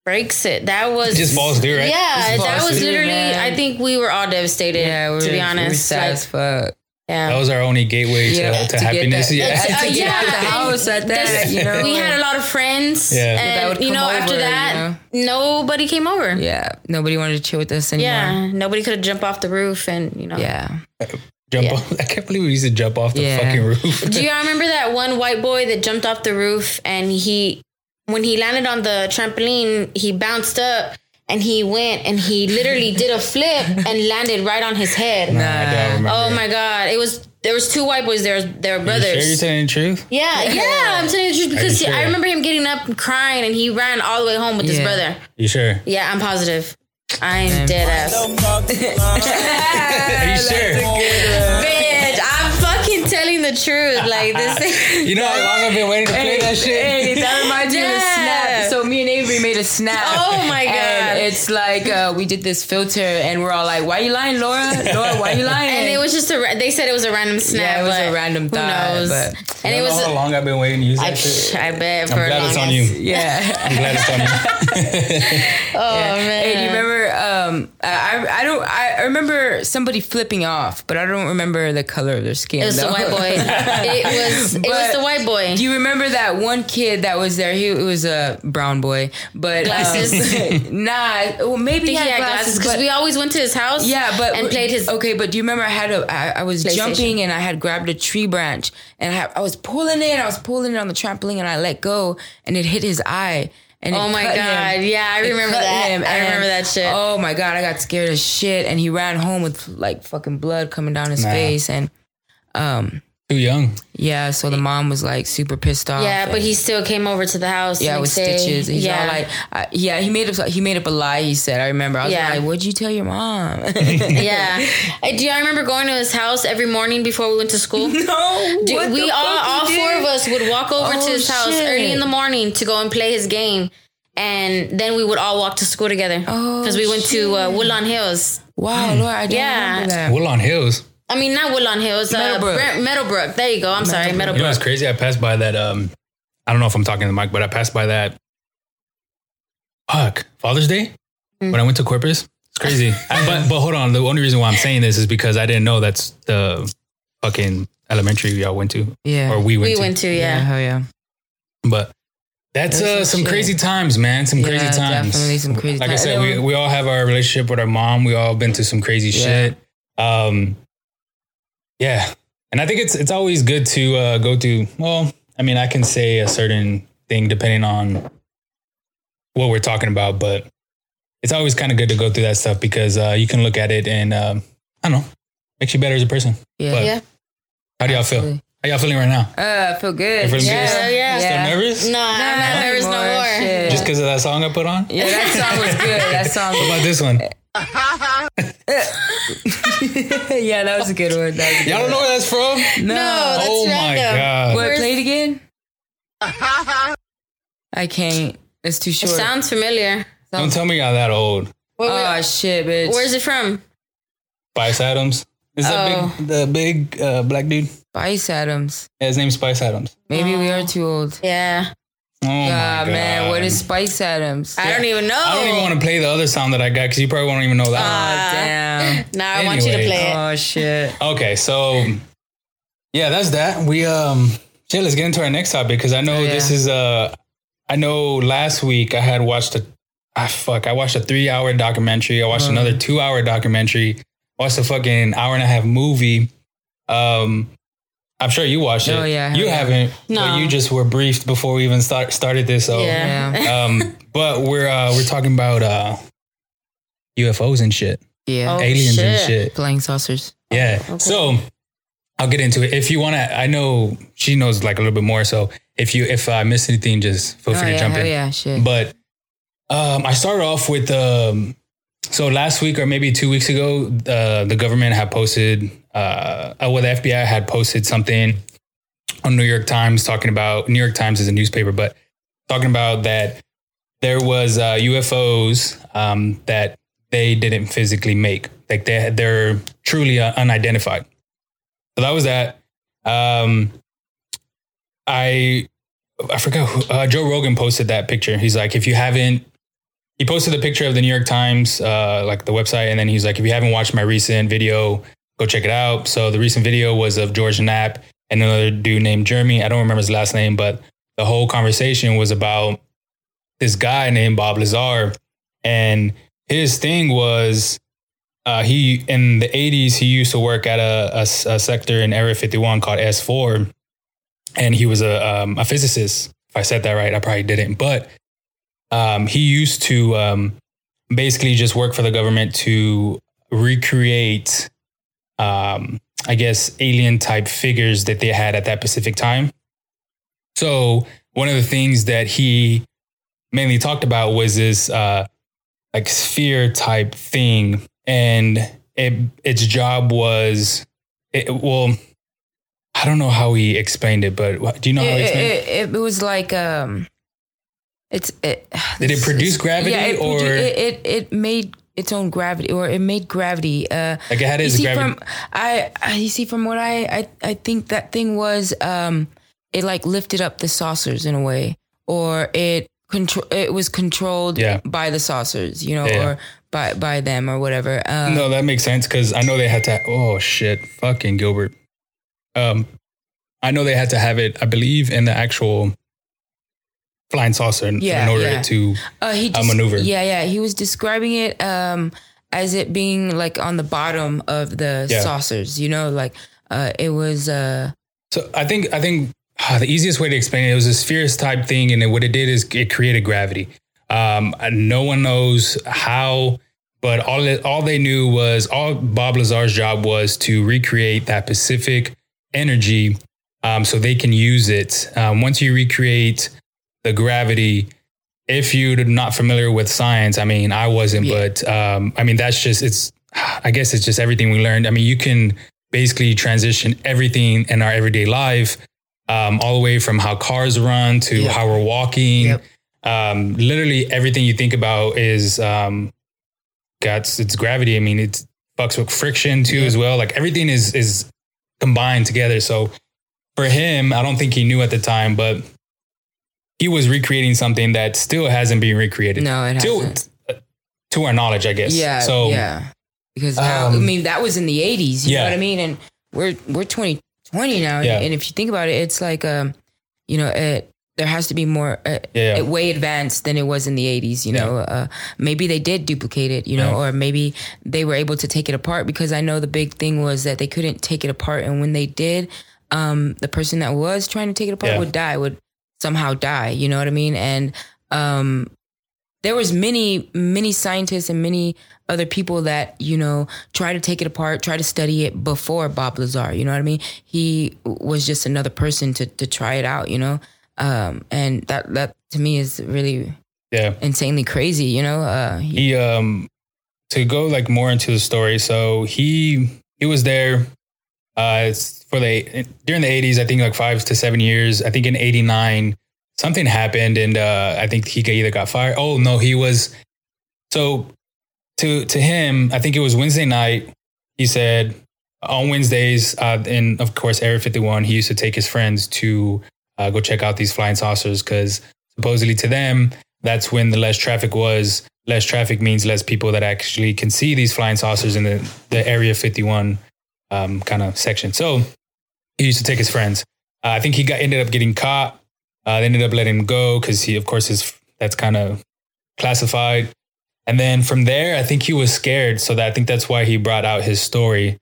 Speaker 1: breaks it. That was
Speaker 2: It just falls through, right?
Speaker 1: Yeah,
Speaker 3: Just
Speaker 1: that
Speaker 3: falls
Speaker 1: was
Speaker 3: through,
Speaker 1: literally.
Speaker 3: man.
Speaker 1: I think we were all devastated.
Speaker 3: Yeah, we were,
Speaker 1: to be
Speaker 3: we were
Speaker 1: honest,
Speaker 3: sad
Speaker 1: Like,
Speaker 3: as fuck.
Speaker 2: that
Speaker 1: yeah.
Speaker 2: was our only gateway to, to,
Speaker 3: get
Speaker 2: happiness.
Speaker 3: that-
Speaker 2: yeah.
Speaker 1: Uh,
Speaker 3: to get
Speaker 1: yeah,
Speaker 3: out the
Speaker 1: and
Speaker 3: house at that,
Speaker 1: this-
Speaker 3: you know.
Speaker 1: we had a lot of friends,
Speaker 2: Yeah. That
Speaker 1: and
Speaker 3: would
Speaker 1: you
Speaker 3: come
Speaker 1: know,
Speaker 3: over,
Speaker 1: after that, nobody came over. Yeah,
Speaker 3: yeah. Nobody wanted to chill with us anymore.
Speaker 1: nobody could have jumped off the roof, and you know,
Speaker 3: Yeah.
Speaker 2: Jump
Speaker 1: Yeah.
Speaker 2: off. I can't believe we used to jump off the
Speaker 3: Yeah.
Speaker 2: fucking roof.
Speaker 1: Do you remember that one white boy that jumped off the roof and he, when he landed on the trampoline, he bounced up and he went and he literally did a flip and landed right on his head.
Speaker 2: Nah, I don't remember.
Speaker 1: Oh my god! It was there was two white boys there. They were
Speaker 2: You sure you're
Speaker 1: brothers.
Speaker 2: telling the truth?
Speaker 1: yeah, yeah. I'm telling you the truth because
Speaker 2: you
Speaker 1: he- I
Speaker 2: sure?
Speaker 1: remember him getting up and crying and he ran all the way home with his
Speaker 3: Yeah.
Speaker 1: brother.
Speaker 2: You sure?
Speaker 1: Yeah, I'm positive. I'm dead ass.
Speaker 2: Are you sure?
Speaker 1: Bitch, I'm fucking telling the truth. Like this.
Speaker 2: You know how long I've been waiting to play that shit?
Speaker 3: Hey, that reminds me of a
Speaker 1: Yeah.
Speaker 3: snap. So me and Avery made a snap.
Speaker 1: Oh my
Speaker 3: And
Speaker 1: God.
Speaker 3: it's like uh, we did this filter, and we're all like, "Why you lying, Laura? Laura, why you lying?"
Speaker 1: And it was just a. Ra- they said it was a random snap.
Speaker 3: Yeah, it was a
Speaker 1: but
Speaker 3: random
Speaker 1: Who
Speaker 3: thought,
Speaker 1: knows?
Speaker 3: but-
Speaker 1: and it
Speaker 2: I
Speaker 1: was.
Speaker 2: don't know how long I've been waiting to use
Speaker 1: I,
Speaker 2: that shit.
Speaker 1: I bet for
Speaker 2: I'm
Speaker 1: a
Speaker 2: glad
Speaker 1: long
Speaker 2: it's on
Speaker 1: ass-
Speaker 2: you.
Speaker 3: yeah.
Speaker 2: I'm glad it's on you.
Speaker 1: Oh man!
Speaker 3: Hey, do you remember? Um, I I don't. I I remember somebody flipping off, but I don't remember the color of their skin.
Speaker 1: It was the
Speaker 3: though.
Speaker 1: white boy. It was. It was
Speaker 3: But
Speaker 1: the white boy.
Speaker 3: Do you remember that one kid that was there? He it was a brown boy, but um,
Speaker 1: Glasses.
Speaker 3: nah, well, maybe
Speaker 1: he had glasses because
Speaker 3: but-
Speaker 1: we always went to his house.
Speaker 3: yeah, but
Speaker 1: and played his.
Speaker 3: Okay, but do you remember I had a I, I was
Speaker 1: PlayStation.
Speaker 3: jumping and I had grabbed a tree branch and I, had- I was pulling it, I was pulling it on the trampoline and I let go and it hit his eye. And it
Speaker 1: Oh my
Speaker 3: cut
Speaker 1: god!
Speaker 3: him.
Speaker 1: Yeah, I
Speaker 3: It
Speaker 1: remember
Speaker 3: cut
Speaker 1: that.
Speaker 3: him,
Speaker 1: I
Speaker 3: and-
Speaker 1: remember that shit.
Speaker 3: Oh my god, I got scared as shit, and he ran home with like fucking blood coming down his
Speaker 2: Nah.
Speaker 3: face, and
Speaker 2: Too young.
Speaker 3: yeah, so the mom was like super pissed off.
Speaker 1: yeah, but
Speaker 3: and-
Speaker 1: he still came over to the house. the
Speaker 3: yeah
Speaker 1: next
Speaker 3: with
Speaker 1: day.
Speaker 3: stitches. He's
Speaker 1: yeah,
Speaker 3: all like, I, yeah, he made up he made up a lie. He said, I remember. I was
Speaker 1: Yeah.
Speaker 3: like, what'd you tell your mom?
Speaker 1: yeah. I, do you remember going to his house every morning before we went to school?
Speaker 3: no,
Speaker 1: Dude, we all, all four of us would walk over
Speaker 3: Oh,
Speaker 1: to his house
Speaker 3: shit.
Speaker 1: early in the morning to go and play his game, and then we would all walk to school together
Speaker 3: Oh,
Speaker 1: because we went to uh, Woodlawn Hills.
Speaker 3: Wow, Lord, I
Speaker 1: Mm.
Speaker 3: didn't
Speaker 1: Yeah.
Speaker 3: remember that.
Speaker 2: Woodlawn Hills.
Speaker 1: I mean, not Woodlawn Hills, uh,
Speaker 3: Meadowbrook.
Speaker 1: Brent- Meadowbrook. There you go. I'm sorry,
Speaker 2: You know
Speaker 1: Meadowbrook.
Speaker 2: what's crazy? I passed by that. Um, I don't know if I'm talking to the mic, but I passed by that. Fuck Father's Day
Speaker 1: Hmm.
Speaker 2: when I went to Corpus. It's crazy. I, but but hold on. The only reason why I'm saying this is because I didn't know that's the fucking elementary y'all went to
Speaker 3: Yeah.
Speaker 2: or we went
Speaker 1: We
Speaker 2: to.
Speaker 1: went to
Speaker 3: yeah.
Speaker 1: yeah.
Speaker 3: Hell yeah.
Speaker 2: But That's
Speaker 3: It was
Speaker 2: uh,
Speaker 3: some
Speaker 2: some
Speaker 3: shit.
Speaker 2: crazy times, man. Some crazy
Speaker 3: Yeah,
Speaker 2: times.
Speaker 3: definitely some crazy
Speaker 2: Like
Speaker 3: times.
Speaker 2: I said, we, we all have our relationship with our mom. We all been through some crazy
Speaker 3: Yeah.
Speaker 2: shit. Um, yeah, and I think it's it's always good to uh, go through. Well, I mean, I can say a certain thing depending on what we're talking about, but it's always kind of good to go through that stuff because uh, you can look at it and um, I don't know, makes you better as a person.
Speaker 3: Yeah.
Speaker 2: But
Speaker 1: Yeah.
Speaker 2: How do y'all feel? How y'all feeling right now?
Speaker 3: Uh, I feel good.
Speaker 2: Everything
Speaker 3: yeah,
Speaker 1: good? Yeah.
Speaker 2: Still nervous?
Speaker 1: No, I'm
Speaker 3: Nah,
Speaker 1: not nervous no
Speaker 3: more
Speaker 1: more.
Speaker 3: shit.
Speaker 2: Just because of that song I put on?
Speaker 3: Yeah, that song was good. That song.
Speaker 2: What about this one?
Speaker 3: yeah, that was a good one. That was a
Speaker 2: Y'all
Speaker 3: good
Speaker 2: don't know where that's from?
Speaker 3: one. No.
Speaker 1: No. that's
Speaker 2: oh my
Speaker 1: random.
Speaker 2: god.
Speaker 3: What,
Speaker 1: Where's-
Speaker 3: play it again? I can't. It's too
Speaker 1: It
Speaker 3: short.
Speaker 1: sounds familiar.
Speaker 2: Don't tell me y'all that old.
Speaker 1: Where-
Speaker 3: oh, shit, bitch.
Speaker 1: where's it from?
Speaker 2: Spice Adams. Is that
Speaker 3: Oh.
Speaker 2: big the big uh, black dude?
Speaker 3: Spice Adams?
Speaker 2: Yeah, his name's Spice Adams.
Speaker 3: Maybe we are too old.
Speaker 1: Yeah.
Speaker 2: Oh my
Speaker 3: Ah,
Speaker 2: god. Ah.
Speaker 3: man, what is Oh. Spice Adams?
Speaker 1: I don't even know.
Speaker 2: I don't even want to play the other sound that I got because you probably won't even know that.
Speaker 3: oh,
Speaker 1: Ah.
Speaker 3: damn.
Speaker 1: Nah, I want you to
Speaker 2: Anyway. uh,
Speaker 1: play it.
Speaker 3: Oh, shit.
Speaker 2: one. Okay, so yeah, that's that. We um shit, let's get into our next topic because I know
Speaker 3: Oh, yeah.
Speaker 2: this is uh I know last week I had watched a ah fuck, I watched a three hour documentary, I watched
Speaker 3: Mhm.
Speaker 2: another two hour documentary, watched a fucking hour and a half movie. Um I'm sure you watched it.
Speaker 3: Oh, yeah, I
Speaker 2: You
Speaker 3: have.
Speaker 2: haven't.
Speaker 1: No.
Speaker 2: But you just were briefed before we even start started this. So
Speaker 1: yeah.
Speaker 2: um but we're uh we're talking about uh UFOs and shit.
Speaker 3: Yeah.
Speaker 1: Oh,
Speaker 2: aliens and
Speaker 1: shit.
Speaker 2: shit.
Speaker 3: Flying saucers.
Speaker 2: Yeah.
Speaker 1: okay.
Speaker 2: So I'll get into it. If you want to, I know she knows like a little bit more. So if you, if I miss anything, just feel
Speaker 3: oh,
Speaker 2: free
Speaker 3: yeah,
Speaker 2: to jump
Speaker 3: hell
Speaker 2: in.
Speaker 3: yeah, shit.
Speaker 2: But um, I started off with, um, so last week or maybe two weeks ago, uh, the government had posted, uh, uh, well, the FBI had posted something on New York Times talking about New York Times is a newspaper, but talking about that there was uh, UFOs um, that they didn't physically make, like they they're truly uh, unidentified. So that was that. Um, I I forgot who, uh, Joe Rogan posted that picture. He's like, if you haven't, he posted the picture of the New York Times, uh, like the website, and then he's like, if you haven't watched my recent video, go check it out. So the recent video was of George Knapp and another dude named Jeremy. I don't remember his last name, but the whole conversation was about this guy named Bob Lazar, and his thing was. Uh, he in the 80s he used to work at a, a s- a sector in area 51 called s4 and he was a um, a physicist. If I said that right, I probably didn't. But um, he used to um, basically just work for the government to recreate, um, I guess, alien type figures that they had at that specific time. So one of the things that he mainly talked about was this uh, like sphere type thing, and it, its job was, it, well, I don't know how he explained it, but what- do you know how
Speaker 3: it,
Speaker 2: he explained it?
Speaker 3: it, it, it was like um it's it
Speaker 2: Did it
Speaker 3: it's-
Speaker 2: produce
Speaker 3: it's-
Speaker 2: gravity
Speaker 3: yeah, it produ-
Speaker 2: or-
Speaker 3: it, it it made its own gravity or it made gravity uh
Speaker 2: Like it had
Speaker 3: you
Speaker 2: his
Speaker 3: see
Speaker 2: gravity.
Speaker 3: from I, I you see from what I, I I think that thing was um it like lifted up the saucers in a way or it control it was controlled
Speaker 2: Yeah.
Speaker 3: by the saucers you know
Speaker 2: Yeah.
Speaker 3: or by by them or whatever um,
Speaker 2: no, that makes sense because I know they had to. Oh shit, fucking Gilbert. Um, I know they had to have it. I believe in the actual flying saucer in,
Speaker 3: Yeah,
Speaker 2: in order
Speaker 3: yeah.
Speaker 2: to.
Speaker 3: Uh, he
Speaker 2: uh, maneuver.
Speaker 3: Yeah, yeah. He was describing it um, as it being like on the bottom of the
Speaker 2: Yeah.
Speaker 3: saucers. You know, like uh, it was. Uh,
Speaker 2: So I think I think ah, the easiest way to explain it, it was a spheres type thing, and then what it did is it created gravity. Um, and no one knows how, but all it, all they knew was all Bob Lazar's job was to recreate that Pacific energy, um, so they can use it. Um, once you recreate the gravity. If you're not familiar with science, I mean, I wasn't,
Speaker 3: Yeah.
Speaker 2: but um, I mean, that's just, it's, I guess it's just everything we learned. I mean, you can basically transition everything in our everyday life, um, all the way from how cars run to
Speaker 3: Yep.
Speaker 2: how we're walking.
Speaker 3: Yep.
Speaker 2: Um, literally everything you think about is, um, guts, it's gravity. I mean, it's fucks with friction too,
Speaker 3: Yep.
Speaker 2: as well. Like everything is, is combined together. So for him, I don't think he knew at the time, but he was recreating something that still hasn't been recreated
Speaker 3: no, it
Speaker 2: to,
Speaker 3: hasn't.
Speaker 2: to our knowledge, I guess.
Speaker 3: Yeah.
Speaker 2: So
Speaker 3: yeah. Because now, I
Speaker 2: Um,
Speaker 3: mean, that was in the '80s. You
Speaker 2: yeah.
Speaker 3: know what I mean? And we're we're 2020 now,
Speaker 2: Yeah.
Speaker 3: and if you think about it, it's like um, you know, it there has to be more uh,
Speaker 2: Yeah.
Speaker 3: uh, way advanced than it was in the 80s you know uh, maybe they did duplicate it you know
Speaker 2: Yeah.
Speaker 3: or maybe they were able to take it apart because i know the big thing was that they couldn't take it apart and when they did um, the person that was trying to take it apart
Speaker 2: Yeah.
Speaker 3: would die would somehow die you know what i mean and um, there was many many scientists and many other people that you know try to take it apart try to study it before bob lazar you know what i mean he was just another person to to try it out you know um and that that to me is really
Speaker 2: Yeah.
Speaker 3: insanely crazy you know uh he-
Speaker 2: he um to go like more into the story so he he was there uh it's for the during the 80s i think like five to seven years i think in 89 something happened and uh i think he either got fired oh no he was so to to him i think it was wednesday night he said on wednesdays uh and of course area 51 he used to take his friends to uh, go check out these flying saucers because supposedly to them that's when the less traffic was. Less traffic means less people that actually can see these flying saucers in the, the Area 51 um, kind of section. So he used to take his friends. Uh, I think he got ended up getting caught. Uh, they ended up letting him go because he, of course, is that's kind of classified. And then from there, I think he was scared. So that, I think that's why he brought out his story.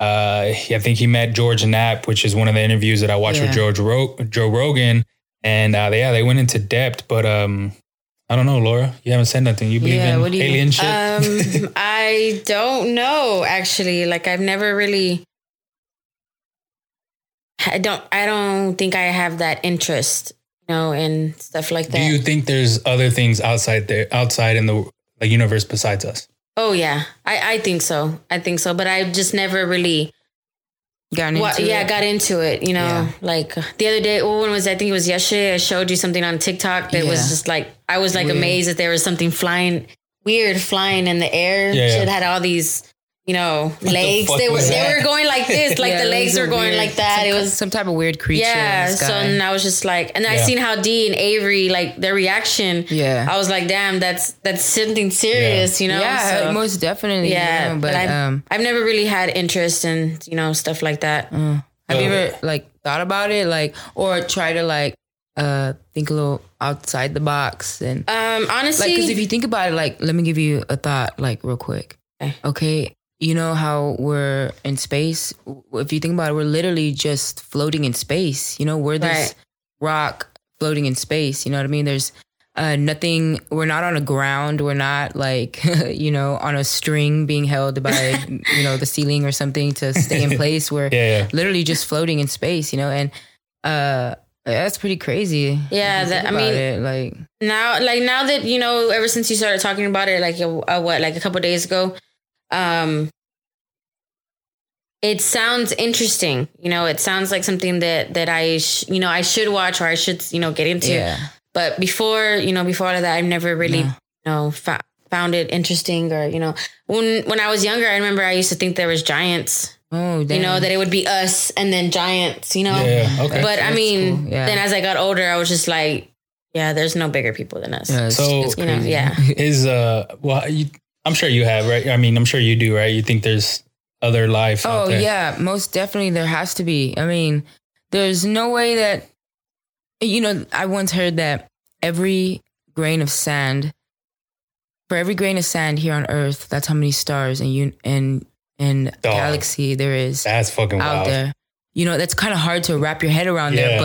Speaker 2: Uh, he- I think he met George Knapp, which is one of the interviews that I watched with
Speaker 3: Yeah.
Speaker 2: George Ro- Joe Rogan. And uh, they, yeah, they went into depth, but um, I don't know, Laura. You haven't said nothing. You believe
Speaker 3: Yeah,
Speaker 2: in
Speaker 3: what do you-
Speaker 2: alien shit?
Speaker 1: Um, I don't know actually. Like I've never really. I don't. I don't think I have that interest, you know, in stuff like that.
Speaker 2: do you think there's other things outside there, outside in the like, universe besides us?
Speaker 1: oh yeah, I I think so. I think so, but I just never really.
Speaker 3: got into
Speaker 1: Well, yeah,
Speaker 3: it.
Speaker 1: got into it. You know,
Speaker 3: Yeah.
Speaker 1: like uh, the other day. Well, when was I think it was yesterday. I showed you something on TikTok that
Speaker 3: Yeah.
Speaker 1: was just like I was like
Speaker 3: Weird.
Speaker 1: amazed that there was something flying weird flying in the air.
Speaker 2: Yeah, yeah.
Speaker 1: Shit had all these. You know,
Speaker 2: the
Speaker 1: legs.
Speaker 2: fuck
Speaker 1: they were
Speaker 2: was
Speaker 1: they
Speaker 2: that?
Speaker 1: were going like this, like
Speaker 3: Yeah,
Speaker 1: the
Speaker 3: it
Speaker 1: legs
Speaker 3: was a
Speaker 1: were going
Speaker 3: weird-
Speaker 1: like that.
Speaker 3: some,
Speaker 1: It was
Speaker 3: some type of weird creature
Speaker 1: yeah.
Speaker 3: yeah in the
Speaker 1: So
Speaker 3: sky.
Speaker 1: and I was just like, and I
Speaker 2: Yeah.
Speaker 1: seen how D and Avery like their reaction.
Speaker 3: yeah
Speaker 1: I was like, damn, that's that's something serious. You know.
Speaker 3: yeah
Speaker 1: So-
Speaker 3: most definitely
Speaker 1: yeah,
Speaker 3: yeah, but,
Speaker 1: I've,
Speaker 3: um
Speaker 1: I've never really had interest in you know stuff like that.
Speaker 3: mm. have you
Speaker 2: Oh.
Speaker 3: ever like thought about it like or try to like uh think a little outside the box and
Speaker 1: Um, honestly,
Speaker 3: Like, because if you think about it, like, let me give you a thought, like, real quick.
Speaker 1: Okay.
Speaker 3: Okay. You know how we're in space? W- If you think about it, we're literally just floating in space. You know, we're this
Speaker 1: Right.
Speaker 3: rock floating in space. You know what I mean? There's uh, nothing, we're not on a ground. We're not like, you know, on a string being held by, you know, the ceiling or something to stay in place. We're
Speaker 2: Yeah, yeah.
Speaker 3: literally just floating in space, you know? And uh, that's pretty crazy. if
Speaker 1: Yeah,
Speaker 3: you
Speaker 1: that-
Speaker 3: think
Speaker 1: I mean,
Speaker 3: about it, like,
Speaker 1: now like now that you know ever since you started talking about it like a, a what like a couple days ago um it sounds interesting you know it sounds like something that that i sh- you know i should watch or i should you know get into
Speaker 3: yeah.
Speaker 1: but before you know before all of that i've never really
Speaker 3: No.
Speaker 1: you know fa- found it interesting or you know when when i was younger i remember i used to think there was giants
Speaker 3: Oh, damn.
Speaker 1: you know that it would be us and then giants you know
Speaker 2: Yeah. Okay.
Speaker 1: but i
Speaker 3: That's
Speaker 1: mean
Speaker 3: cool, yeah.
Speaker 1: then as i got older i was just like yeah there's no bigger people than us
Speaker 3: Yeah, it's-
Speaker 2: So-
Speaker 3: it's
Speaker 1: You know,
Speaker 3: crazy.
Speaker 1: yeah.
Speaker 2: is uh well you, i'm sure you have right i mean i'm sure you do right you think there's other life out
Speaker 3: oh
Speaker 2: there.
Speaker 3: yeah, most definitely there has to be. I mean, there's no way that you know. I once heard that every grain of sand, for every grain of sand here on Earth, that's how many stars and you and and
Speaker 2: Dog.
Speaker 3: galaxy there is.
Speaker 2: that's fucking
Speaker 3: out
Speaker 2: wild
Speaker 3: there. You know, that's kind of hard to wrap your head around
Speaker 2: Yeah.
Speaker 3: there.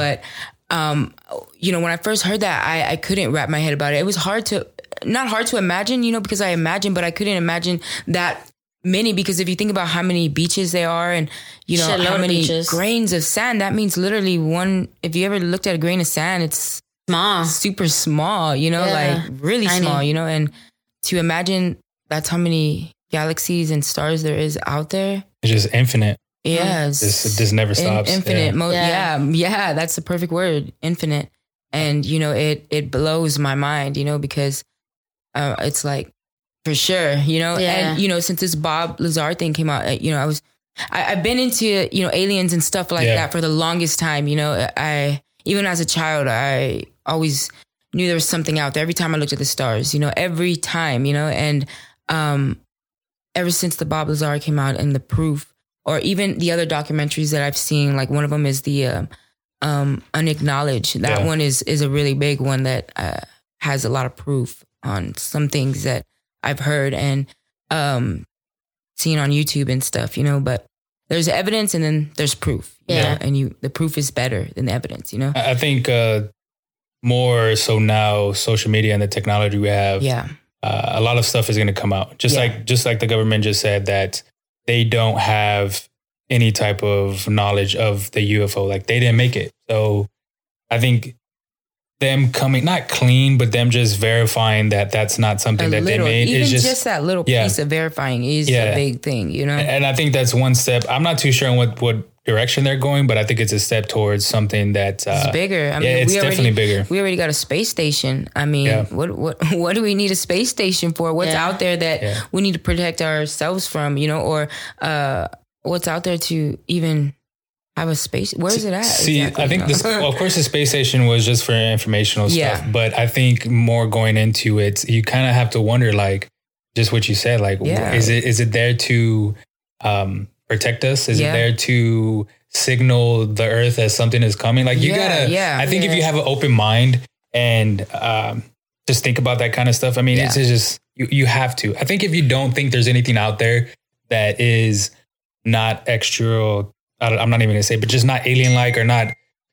Speaker 3: But, um, you know, when I first heard that, I, I couldn't wrap my head about it. It was hard to, not hard to imagine, you know, because I imagined, but I couldn't imagine that many because if you think about how many beaches there are and, you know,
Speaker 1: Shitload
Speaker 3: how
Speaker 1: of
Speaker 3: many
Speaker 1: beaches.
Speaker 3: grains of sand, that means literally one, if you ever looked at a grain of sand, it's
Speaker 1: Small.
Speaker 3: super small, you know,
Speaker 1: Uh. Yeah.
Speaker 3: like really
Speaker 1: Tiny.
Speaker 3: small, you know, and to imagine that's how many galaxies and stars there is out there.
Speaker 2: it's just infinite
Speaker 1: Mm.
Speaker 3: Yeah, it's-
Speaker 2: this this never
Speaker 3: in-
Speaker 2: stops
Speaker 3: infinite.
Speaker 2: yeah.
Speaker 3: Mo-
Speaker 1: Yeah.
Speaker 3: yeah. yeah, that's the perfect word, infinite. And you know, it it blows my mind, you know, because uh, it's like for sure, you know,
Speaker 1: Yeah.
Speaker 3: and you know, since this Bob Lazar thing came out, uh, you know, I was I, I've been into you know aliens and stuff like
Speaker 2: Yeah.
Speaker 3: that for the longest time. You know, Uh, I even as a child, I always knew there was something out there. Every time I looked at the stars, you know, every time, you know, and um, ever since the Bob Lazar came out and the proof, or even the other documentaries that I've seen, like one of them is the um um, unacknowledged. That
Speaker 2: Yeah.
Speaker 3: one is is a really big one that uh, has a lot of proof on some things that I've heard and um, seen on YouTube and stuff, you know. But there's evidence, and then there's proof. you
Speaker 1: Yeah.
Speaker 3: know, and you the proof is better than the evidence, you know.
Speaker 2: I I think uh, more so now, social media and the technology we have,
Speaker 3: Yeah,
Speaker 2: uh, a lot of stuff is going to come out. Just
Speaker 3: Yeah.
Speaker 2: like just like the government just said that they don't have any type of knowledge of the UFO, like they didn't make it. So I think them coming not clean, but them just verifying that that's not
Speaker 3: a
Speaker 2: something that
Speaker 3: little,
Speaker 2: they made
Speaker 3: even
Speaker 2: is
Speaker 3: just,
Speaker 2: just.
Speaker 3: that little
Speaker 2: yeah.
Speaker 3: piece of verifying is a
Speaker 2: Yeah.
Speaker 3: big thing, you know.
Speaker 2: and I think that's one step. I'm not too sure in what what direction they're going, but I think it's a step towards something that. Uh,
Speaker 3: it's bigger. I mean,
Speaker 2: yeah, it's
Speaker 3: we already
Speaker 2: definitely bigger.
Speaker 3: we already got a space station. I mean,
Speaker 2: Yeah.
Speaker 3: what what what do we need a space station for? What's
Speaker 1: Yeah.
Speaker 3: out there that
Speaker 2: Yeah.
Speaker 3: we need to protect ourselves from? You know, or uh, what's out there to even have a space? Where is it at?
Speaker 2: See,
Speaker 3: exactly?
Speaker 2: I think
Speaker 3: No.
Speaker 2: this, well, of course, the space station was just for informational
Speaker 3: Yeah.
Speaker 2: stuff, but I think more going into it, you kind of have to wonder, like, just what you said, like,
Speaker 3: Yeah.
Speaker 2: is it is it there to um, protect us? Is
Speaker 3: Yeah.
Speaker 2: it there to signal the Earth as something is coming? Like, you
Speaker 3: Yeah,
Speaker 2: gotta,
Speaker 3: yeah.
Speaker 2: I think if
Speaker 1: Yeah.
Speaker 2: you have an open mind and um, just think about that kind of stuff, I mean, it's just you you have to. I think if you don't think there's anything out there that is not extra I don't- I'm not even gonna say, but just not alien like or not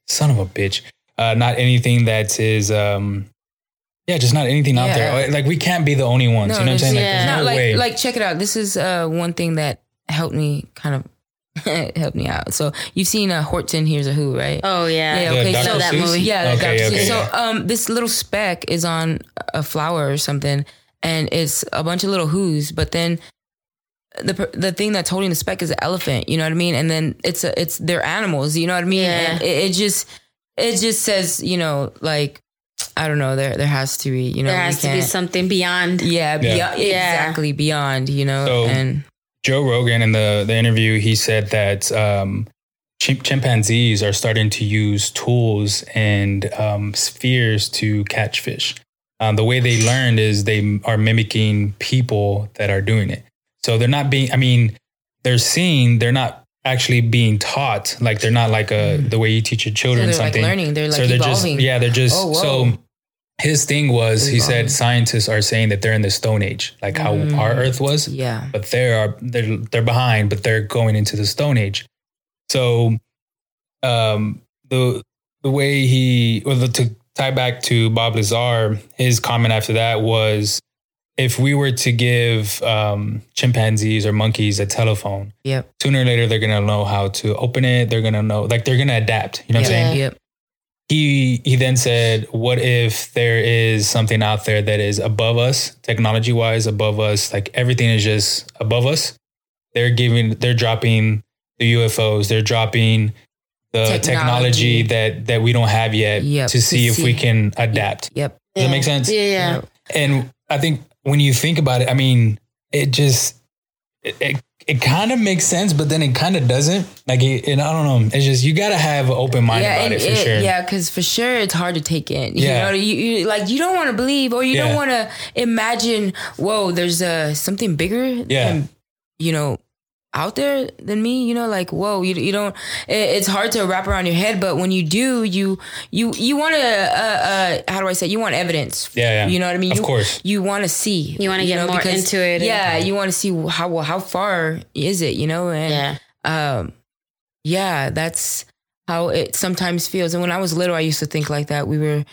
Speaker 2: son of a bitch, uh, not anything that is, um, yeah, just not anything out
Speaker 3: Yeah.
Speaker 2: there. Like we can't be the only ones.
Speaker 3: No,
Speaker 2: you know what I'm
Speaker 3: there's-
Speaker 2: saying?
Speaker 1: yeah.
Speaker 2: Like, there's
Speaker 3: Not
Speaker 2: no
Speaker 3: like
Speaker 2: way.
Speaker 3: like check it out. This is uh, one thing that helped me kind of helped me out. So you've seen uh, Horton Here's a Who, right?
Speaker 1: Oh yeah.
Speaker 3: Yeah, okay,
Speaker 2: Dr.
Speaker 3: so
Speaker 1: that
Speaker 2: Seuss?
Speaker 1: movie.
Speaker 3: Yeah,
Speaker 2: Okay,
Speaker 3: Dr.
Speaker 2: okay,
Speaker 3: Seuss. so
Speaker 2: yeah.
Speaker 3: um, this little speck is on a flower or something, and it's a bunch of little who's. But then the per- the thing that's holding the speck is an elephant. You know what I mean? And then it's a, it's their animals. You know what I mean?
Speaker 1: Yeah.
Speaker 3: And it, it just it just says you know like I don't know there there has to be you know
Speaker 1: There
Speaker 3: we
Speaker 1: has to be
Speaker 3: can't-
Speaker 1: something beyond.
Speaker 3: yeah,
Speaker 2: Yeah.
Speaker 3: beyond-
Speaker 1: Yeah.
Speaker 3: exactly beyond you know
Speaker 2: So-
Speaker 3: and
Speaker 2: Joe Rogan in the the interview, he said that um, chim- chimpanzees are starting to use tools and um, spheres to catch fish. Um, the way they learned is they m- are mimicking people that are doing it. So they're not being. I mean, they're seeing. They're not actually being taught. Like they're not like a the way you teach your
Speaker 3: Mm-hmm. so
Speaker 2: children
Speaker 3: they're like
Speaker 2: something
Speaker 3: learning they're like evolving
Speaker 2: just yeah they're just
Speaker 3: Oh, whoa.
Speaker 2: so his thing was he
Speaker 3: Evolving.
Speaker 2: said scientists are saying that they're in the stone age like how
Speaker 3: Mm.
Speaker 2: our earth was
Speaker 3: yeah
Speaker 2: but they are they're they're behind but they're going into the stone age so um the the way he or the, to tie back to bob lazar his comment after that was if we were to give um, chimpanzees or monkeys a telephone
Speaker 3: yep
Speaker 2: sooner or later they're going to know how to open it they're going to know like they're going to adapt you know what i'm saying
Speaker 3: yep, yep.
Speaker 2: he he then said, "What if there is something out there that is above us, technology wise, above us? Like everything is just above us. They're giving, they're dropping the UFOs, they're dropping the technology,
Speaker 3: Technology.
Speaker 2: that that we don't have yet
Speaker 3: Yep,
Speaker 2: to
Speaker 3: to
Speaker 2: see if
Speaker 3: see.
Speaker 2: we can adapt.
Speaker 3: yep
Speaker 2: Does
Speaker 1: Yeah.
Speaker 2: that make sense?
Speaker 1: Yeah, yeah.
Speaker 2: And I think when you think about it, I mean, it just it it, it kind of makes sense, but then it kind of doesn't. Like, it, and I don't know. It's just you got to have an open mind about
Speaker 3: and
Speaker 2: it for sure.
Speaker 3: Yeah, because for sure it's hard to take in. You
Speaker 2: Yeah.
Speaker 3: know, you, you like you don't want to believe or you don't
Speaker 2: Yeah.
Speaker 3: want to imagine. Whoa, there's uh, something bigger.
Speaker 2: Yeah.
Speaker 3: Than, you know, out there than me. You know, like whoa, you you don't. It, it's hard to wrap around your head, but when you do, you you you want to. Uh, uh, how do I say? You want evidence.
Speaker 2: Yeah, yeah.
Speaker 3: You know what I mean?
Speaker 2: Of
Speaker 3: you,
Speaker 2: course.
Speaker 3: You want to see.
Speaker 1: You wanna get more into it.
Speaker 3: Yeah. You want to see how well, how far is it? You know, and
Speaker 1: Yeah.
Speaker 3: um yeah that's how it sometimes feels and when i was little i used to think like that we were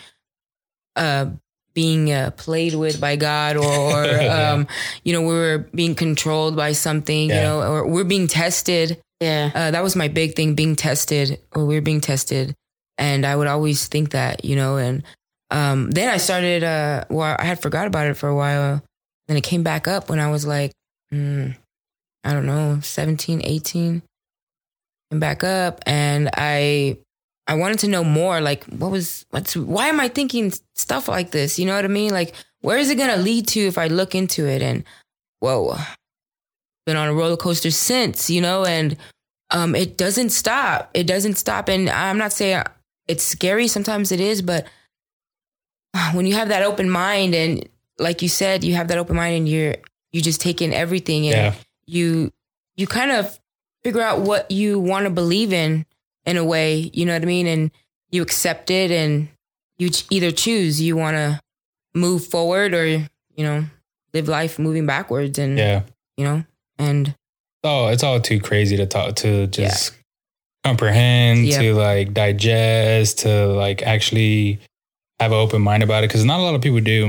Speaker 3: uh being uh, played with by god or, or
Speaker 2: Yeah.
Speaker 3: um you know we were being controlled by something you
Speaker 2: Yeah.
Speaker 3: know or we're being tested
Speaker 1: Yeah.
Speaker 3: uh that was my big thing being tested or we were being tested and i would always think that you know and um then i started uh well i had forgot about it for a while then it came back up when i was like mm, i don't know 17 18 and back up and i i wanted to know more like what was what's why am i thinking stuff like this you know what i mean like where is it going to lead to if i look into it and whoa been on a roller coaster since you know and um it doesn't stop it doesn't stop and i'm not saying it's scary sometimes it is but when you have that open mind and like you said you have that open mind and you're you just take in everything and
Speaker 2: Yeah.
Speaker 3: you you kind of figure out what you want to believe in in a way, you know what I mean? And you accept it and you ch- either choose you want to move forward or, you know, live life moving backwards and,
Speaker 2: Yeah.
Speaker 3: you know, and
Speaker 2: Oh, it's all too crazy to talk to just comprehend,
Speaker 3: Yeah.
Speaker 2: to like digest, to like actually have an open mind about it because not a lot of people do.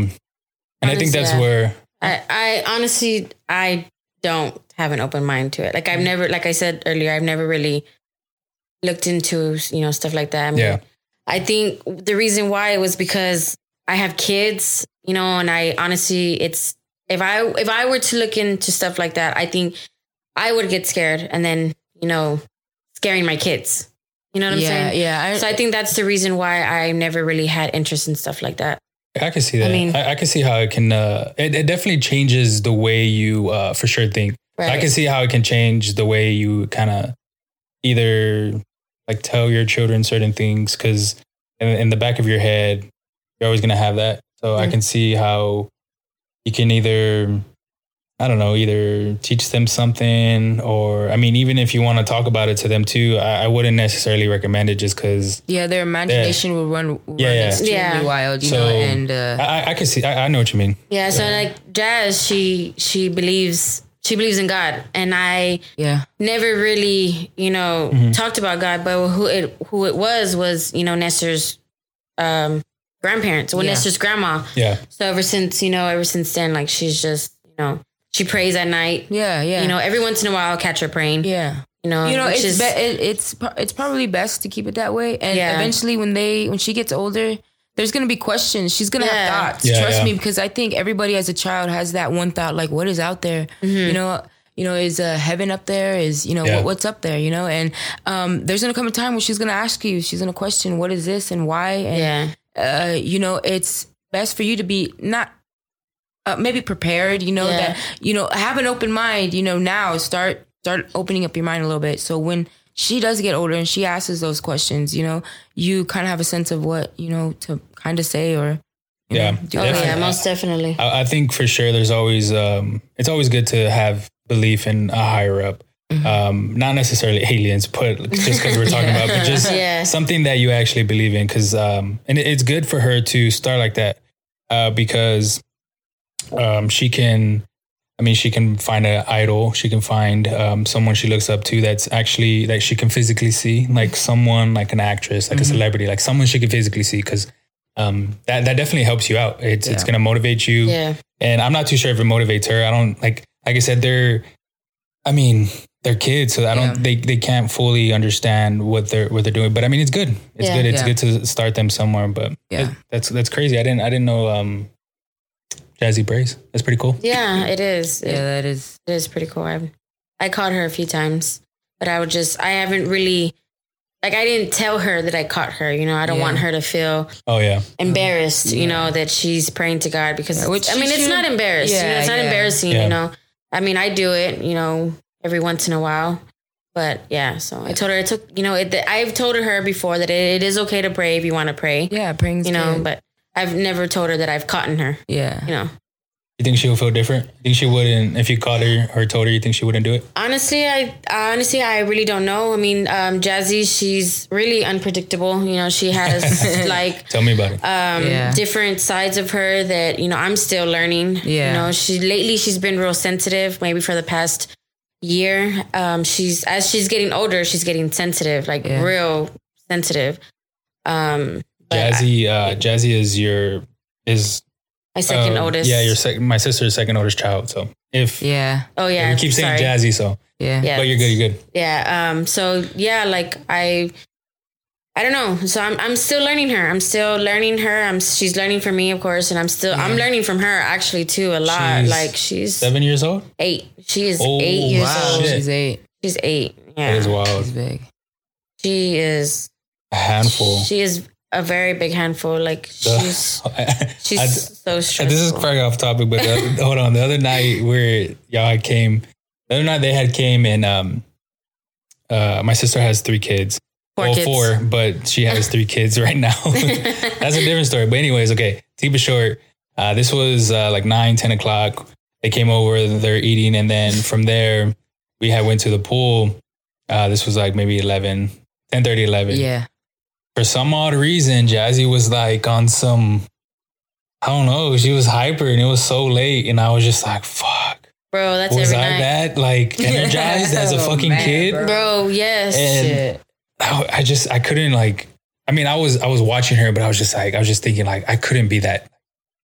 Speaker 2: And I think
Speaker 1: Honestly,
Speaker 2: that's
Speaker 1: yeah.
Speaker 2: where
Speaker 1: I, I honestly I don't have an open mind to it. Like I've
Speaker 2: Mm.
Speaker 1: never, like I said earlier, I've never really looked into you know stuff like that. I mean,
Speaker 2: Yeah.
Speaker 1: I think the reason why was because I have kids, you know, and I honestly, it's if I if I were to look into stuff like that, I think I would get scared, and then you know, scaring my kids. You know what I'm
Speaker 3: yeah,
Speaker 1: saying?
Speaker 3: yeah. I,
Speaker 1: So I think that's the reason why I never really had interest in stuff like that.
Speaker 2: I can see that. I,
Speaker 1: mean-
Speaker 2: I, can see how it can. Uh, it, it definitely changes the way you uh, for sure think. I can see how it can change the way you kind of either like tell your children certain things because in, in the back of your head you're always gonna have that. So I
Speaker 1: Mhm.
Speaker 2: can see how you can either I don't know either teach them something or I mean even if you want to talk about it to them too, I, I wouldn't necessarily recommend it just because
Speaker 3: yeah, their imagination will run, run
Speaker 2: Yeah, yeah.
Speaker 3: extremely
Speaker 1: Yeah.
Speaker 3: wild, you know,
Speaker 2: So-
Speaker 3: and uh,
Speaker 2: I, I- I can see I, I know what you mean.
Speaker 1: Yeah, so like Jazz, she she believes she believes in God, and I
Speaker 3: yeah,
Speaker 1: never really you know
Speaker 3: Mm-hmm.
Speaker 1: talked about God, but who it who it was was you know Nestor's um, grandparents, well
Speaker 3: Yeah.
Speaker 1: Nestor's grandma.
Speaker 2: Yeah.
Speaker 1: So ever since you know, ever since then, like she's just you know she prays at night.
Speaker 3: yeah, yeah.
Speaker 1: You know, every once in a while, I'll catch her praying.
Speaker 3: yeah.
Speaker 1: You know,
Speaker 3: you know,
Speaker 1: which is-
Speaker 3: it's be- it, it's pro- it's probably best to keep it that way. And
Speaker 1: Yeah.
Speaker 3: eventually, when they when she gets older, there's gonna be questions. She's gonna
Speaker 1: Yeah.
Speaker 3: have thoughts.
Speaker 2: Yeah,
Speaker 3: Trust
Speaker 2: yeah.
Speaker 3: me, because I think everybody as a child has that one thought, like, what is out there?
Speaker 1: Mm-hmm.
Speaker 3: You know. You know, is uh, heaven up there? Is you know
Speaker 2: Yeah.
Speaker 3: what, what's up there? You know, and um, there's gonna come a time when she's gonna ask you, she's gonna question, what is this and why? And
Speaker 1: yeah,
Speaker 3: uh, you know, it's best for you to be not uh, maybe prepared, you know,
Speaker 1: Yeah.
Speaker 3: that, you know, have an open mind, you know, now start, start opening up your mind a little bit. So when she does get older and she asks those questions, you know, you kind of have a sense of what, you know, to kind of say or, you
Speaker 2: Yeah.
Speaker 3: know, do
Speaker 1: oh
Speaker 2: Definitely.
Speaker 1: yeah, most definitely.
Speaker 2: I, I think for sure there's always um it's always good to have belief in a higher up
Speaker 1: Mm-hmm.
Speaker 2: um not necessarily aliens but just because we're talking about but just
Speaker 1: Yeah.
Speaker 2: something that you actually believe in because um and it, it's good for her to start like that uh because um she can I mean, she can find an idol. She can find um, someone she looks up to that's actually that she can physically see, like someone, like an actress, like a
Speaker 1: Mm-hmm.
Speaker 2: celebrity, like someone she can physically see, because um, that that definitely helps you out. It's it's
Speaker 3: Yeah.
Speaker 2: gonna motivate you
Speaker 1: Yeah,
Speaker 2: and I'm not too sure if it motivates her. I don't like like I said, they're I mean, they're kids, so I don't
Speaker 3: Yeah.
Speaker 2: they they can't fully understand what they're what they're doing. But I mean it's good. It's
Speaker 1: Yeah.
Speaker 2: good. It's
Speaker 3: Yeah.
Speaker 2: good to start them somewhere. But
Speaker 3: Yeah.
Speaker 2: that- that's that's crazy. I didn't I didn't know um Jazzy Brace. That's pretty cool.
Speaker 1: yeah, it is. It
Speaker 3: yeah, that is,
Speaker 1: It is pretty cool. I I caught her a few times, but I would just I haven't really like I didn't tell her that I caught her. You know, I don't
Speaker 3: Yeah. Mm.
Speaker 1: want her to feel
Speaker 2: Oh yeah.
Speaker 1: embarrassed. You know that she's praying to God because
Speaker 3: Yeah, which
Speaker 1: I mean
Speaker 3: she
Speaker 1: it's not
Speaker 3: shouldn't-
Speaker 1: embarrassed. you know,
Speaker 3: Yeah,
Speaker 1: it's not
Speaker 3: yeah.
Speaker 1: embarrassing.
Speaker 2: Yeah.
Speaker 1: You know, I mean I do it. You know, every once in a while. But yeah, so I told her it took. You know, it, I've told her before that it, it is okay to pray if you want to pray.
Speaker 3: yeah, praying's
Speaker 1: You know,
Speaker 3: good.
Speaker 1: but I've never told her that I've caught her.
Speaker 3: yeah.
Speaker 1: You know.
Speaker 2: You think she'll feel different? You think she wouldn't if you caught her or told her you think she wouldn't do it?
Speaker 1: Honestly, I honestly I really don't know. I mean, um, Jazzy, she's really unpredictable. You know, she has like
Speaker 2: Tell me about it.
Speaker 1: um,
Speaker 3: Yeah.
Speaker 1: different sides of her that you know I'm still learning.
Speaker 3: Yeah.
Speaker 1: you know, she lately she's been real sensitive. Maybe for the past year, um, she's as she's getting older, she's getting sensitive, like
Speaker 3: Yeah.
Speaker 1: real sensitive. Um, but
Speaker 2: Jazzy uh Jazzy is your is
Speaker 1: my second
Speaker 2: uh,
Speaker 1: oldest.
Speaker 2: Yeah, your second my sister's second oldest child. So if
Speaker 3: Yeah.
Speaker 1: Oh yeah,
Speaker 2: we keep saying
Speaker 1: sorry.
Speaker 2: Jazzy, so
Speaker 3: Yeah.
Speaker 1: Yeah.
Speaker 2: but you're good, you're good.
Speaker 1: yeah um so yeah like i i don't know so i'm i'm still learning her i'm still learning her i'm she's learning from me of course and i'm still i'm learning from her actually too a lot
Speaker 2: She's
Speaker 1: like she's
Speaker 2: Seven years old?
Speaker 1: eight she is
Speaker 2: Oh,
Speaker 1: eight years
Speaker 3: Wow.
Speaker 1: old
Speaker 2: Shit.
Speaker 3: She's eight.
Speaker 1: she's eight
Speaker 2: That is
Speaker 1: yeah
Speaker 2: wild.
Speaker 3: She's big.
Speaker 1: she is
Speaker 2: A handful.
Speaker 1: she is a very big handful like
Speaker 2: The-
Speaker 1: she's
Speaker 2: I-
Speaker 1: she's
Speaker 2: I-
Speaker 1: so stressful
Speaker 2: this is probably off topic, but the other, hold on. The other night where y'all had came, the other night they had came and um, uh, my sister has three kids.
Speaker 1: Four
Speaker 2: well,
Speaker 1: kids.
Speaker 2: oh, four, but she has three kids right now. That's a different story. But anyways, okay. Keep it short. Uh, this was uh, like nine, ten o'clock. They came over. They're eating, and then from there we had went to the pool. Uh, this was like maybe 11, 10 30 11
Speaker 3: Yeah.
Speaker 2: for some odd reason jazzy was like on some i don't know she was hyper and it was so late and i was just like fuck
Speaker 1: bro. That's
Speaker 2: was
Speaker 1: every
Speaker 2: i
Speaker 1: night,
Speaker 2: that like energized as a
Speaker 3: Oh,
Speaker 2: fucking
Speaker 3: man,
Speaker 2: kid
Speaker 3: bro.
Speaker 1: bro. Yes,
Speaker 2: And- I, I just i couldn't like i mean i was i was watching her but i was just like i was just thinking like i couldn't be that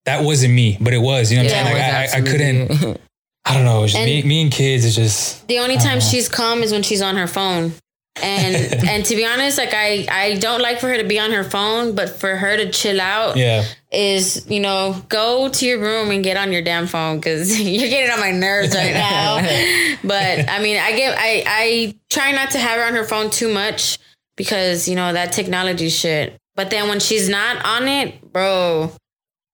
Speaker 2: that wasn't me but it was you know what
Speaker 1: Yeah,
Speaker 2: i'm
Speaker 1: it
Speaker 2: saying
Speaker 3: was
Speaker 2: like I, I, I
Speaker 3: absolutely
Speaker 2: couldn't
Speaker 3: it.
Speaker 2: i don't know it was just
Speaker 1: And-
Speaker 2: me, me and kids it's just
Speaker 1: the only time
Speaker 2: Uh-huh.
Speaker 1: she's calm is when she's on her phone. And and to be honest, like I I don't like for her to be on her phone, but for her to chill out
Speaker 2: yeah
Speaker 1: is you know go to your room and get on your damn phone because you're getting on my nerves right now. but I mean, I get I I try not to have her on her phone too much because you know that technology shit. But then when she's not on it, bro,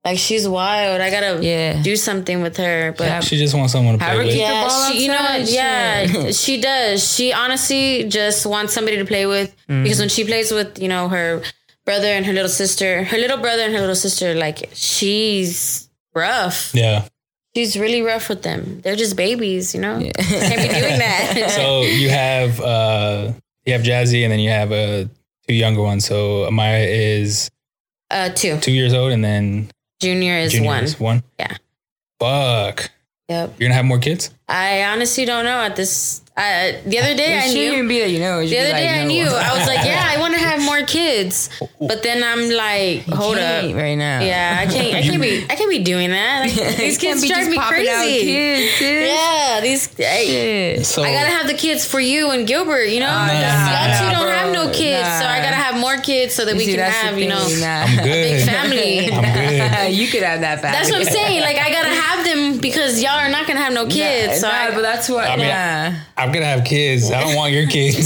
Speaker 1: like she's wild. I gotta
Speaker 3: Yeah.
Speaker 1: do something with her. But
Speaker 3: Yeah,
Speaker 2: she just wants someone to play
Speaker 3: Have a
Speaker 2: with
Speaker 3: kid. the
Speaker 1: yeah,
Speaker 3: ball
Speaker 1: she, you know,
Speaker 3: outside,
Speaker 1: what? yeah,
Speaker 3: shit.
Speaker 1: she does. She honestly just wants somebody to play with
Speaker 3: Mm-hmm.
Speaker 1: because when she plays with, you know, her brother and her little sister, her little brother and her little sister, like she's rough.
Speaker 2: yeah
Speaker 1: She's really rough with them. They're just babies, you know. Can't be doing that.
Speaker 2: so you have uh you have jazzy and then you have uh two younger ones so amaya is
Speaker 1: uh, two
Speaker 2: two years old and then
Speaker 1: junior is
Speaker 2: junior
Speaker 1: one.
Speaker 2: is one
Speaker 1: Yeah.
Speaker 2: fuck
Speaker 1: Yep.
Speaker 2: you're gonna have more kids
Speaker 1: I honestly don't know at this. I the other day I
Speaker 3: It shouldn't
Speaker 1: knew.
Speaker 3: even be that you know. it
Speaker 1: The
Speaker 3: should be
Speaker 1: other
Speaker 3: like,
Speaker 1: day I
Speaker 3: no.
Speaker 1: knew. I was like, yeah, I want to have more kids. But then I'm like,
Speaker 3: You
Speaker 1: hold up.
Speaker 3: can't right now.
Speaker 1: Yeah, I can't. I can't be. I can't be doing that. Like, these
Speaker 3: You
Speaker 1: kids
Speaker 3: can't be
Speaker 1: drive
Speaker 3: just
Speaker 1: me
Speaker 3: popping out
Speaker 1: crazy.
Speaker 3: kids, sis.
Speaker 1: Yeah, these. I,
Speaker 3: Shit. Ah,
Speaker 2: so
Speaker 1: I gotta have the kids for you and Gilbert. You know, y'all
Speaker 2: nah,
Speaker 1: two
Speaker 2: nah,
Speaker 1: don't
Speaker 3: bro.
Speaker 1: have no kids, so I
Speaker 3: Nah.
Speaker 1: gotta have more kids so that we
Speaker 3: See,
Speaker 1: can
Speaker 3: that's the
Speaker 1: have. You know, Uh,
Speaker 3: thing, nah.
Speaker 2: i'm
Speaker 1: big
Speaker 2: good
Speaker 1: family.
Speaker 2: i'm good
Speaker 3: you could have that back.
Speaker 1: That's what I'm saying. Like I gotta have them because y'all are not gonna have no kids. so I,
Speaker 3: but that's what.
Speaker 2: mean,
Speaker 3: yeah.
Speaker 2: I'm gonna have kids. I don't want your kids.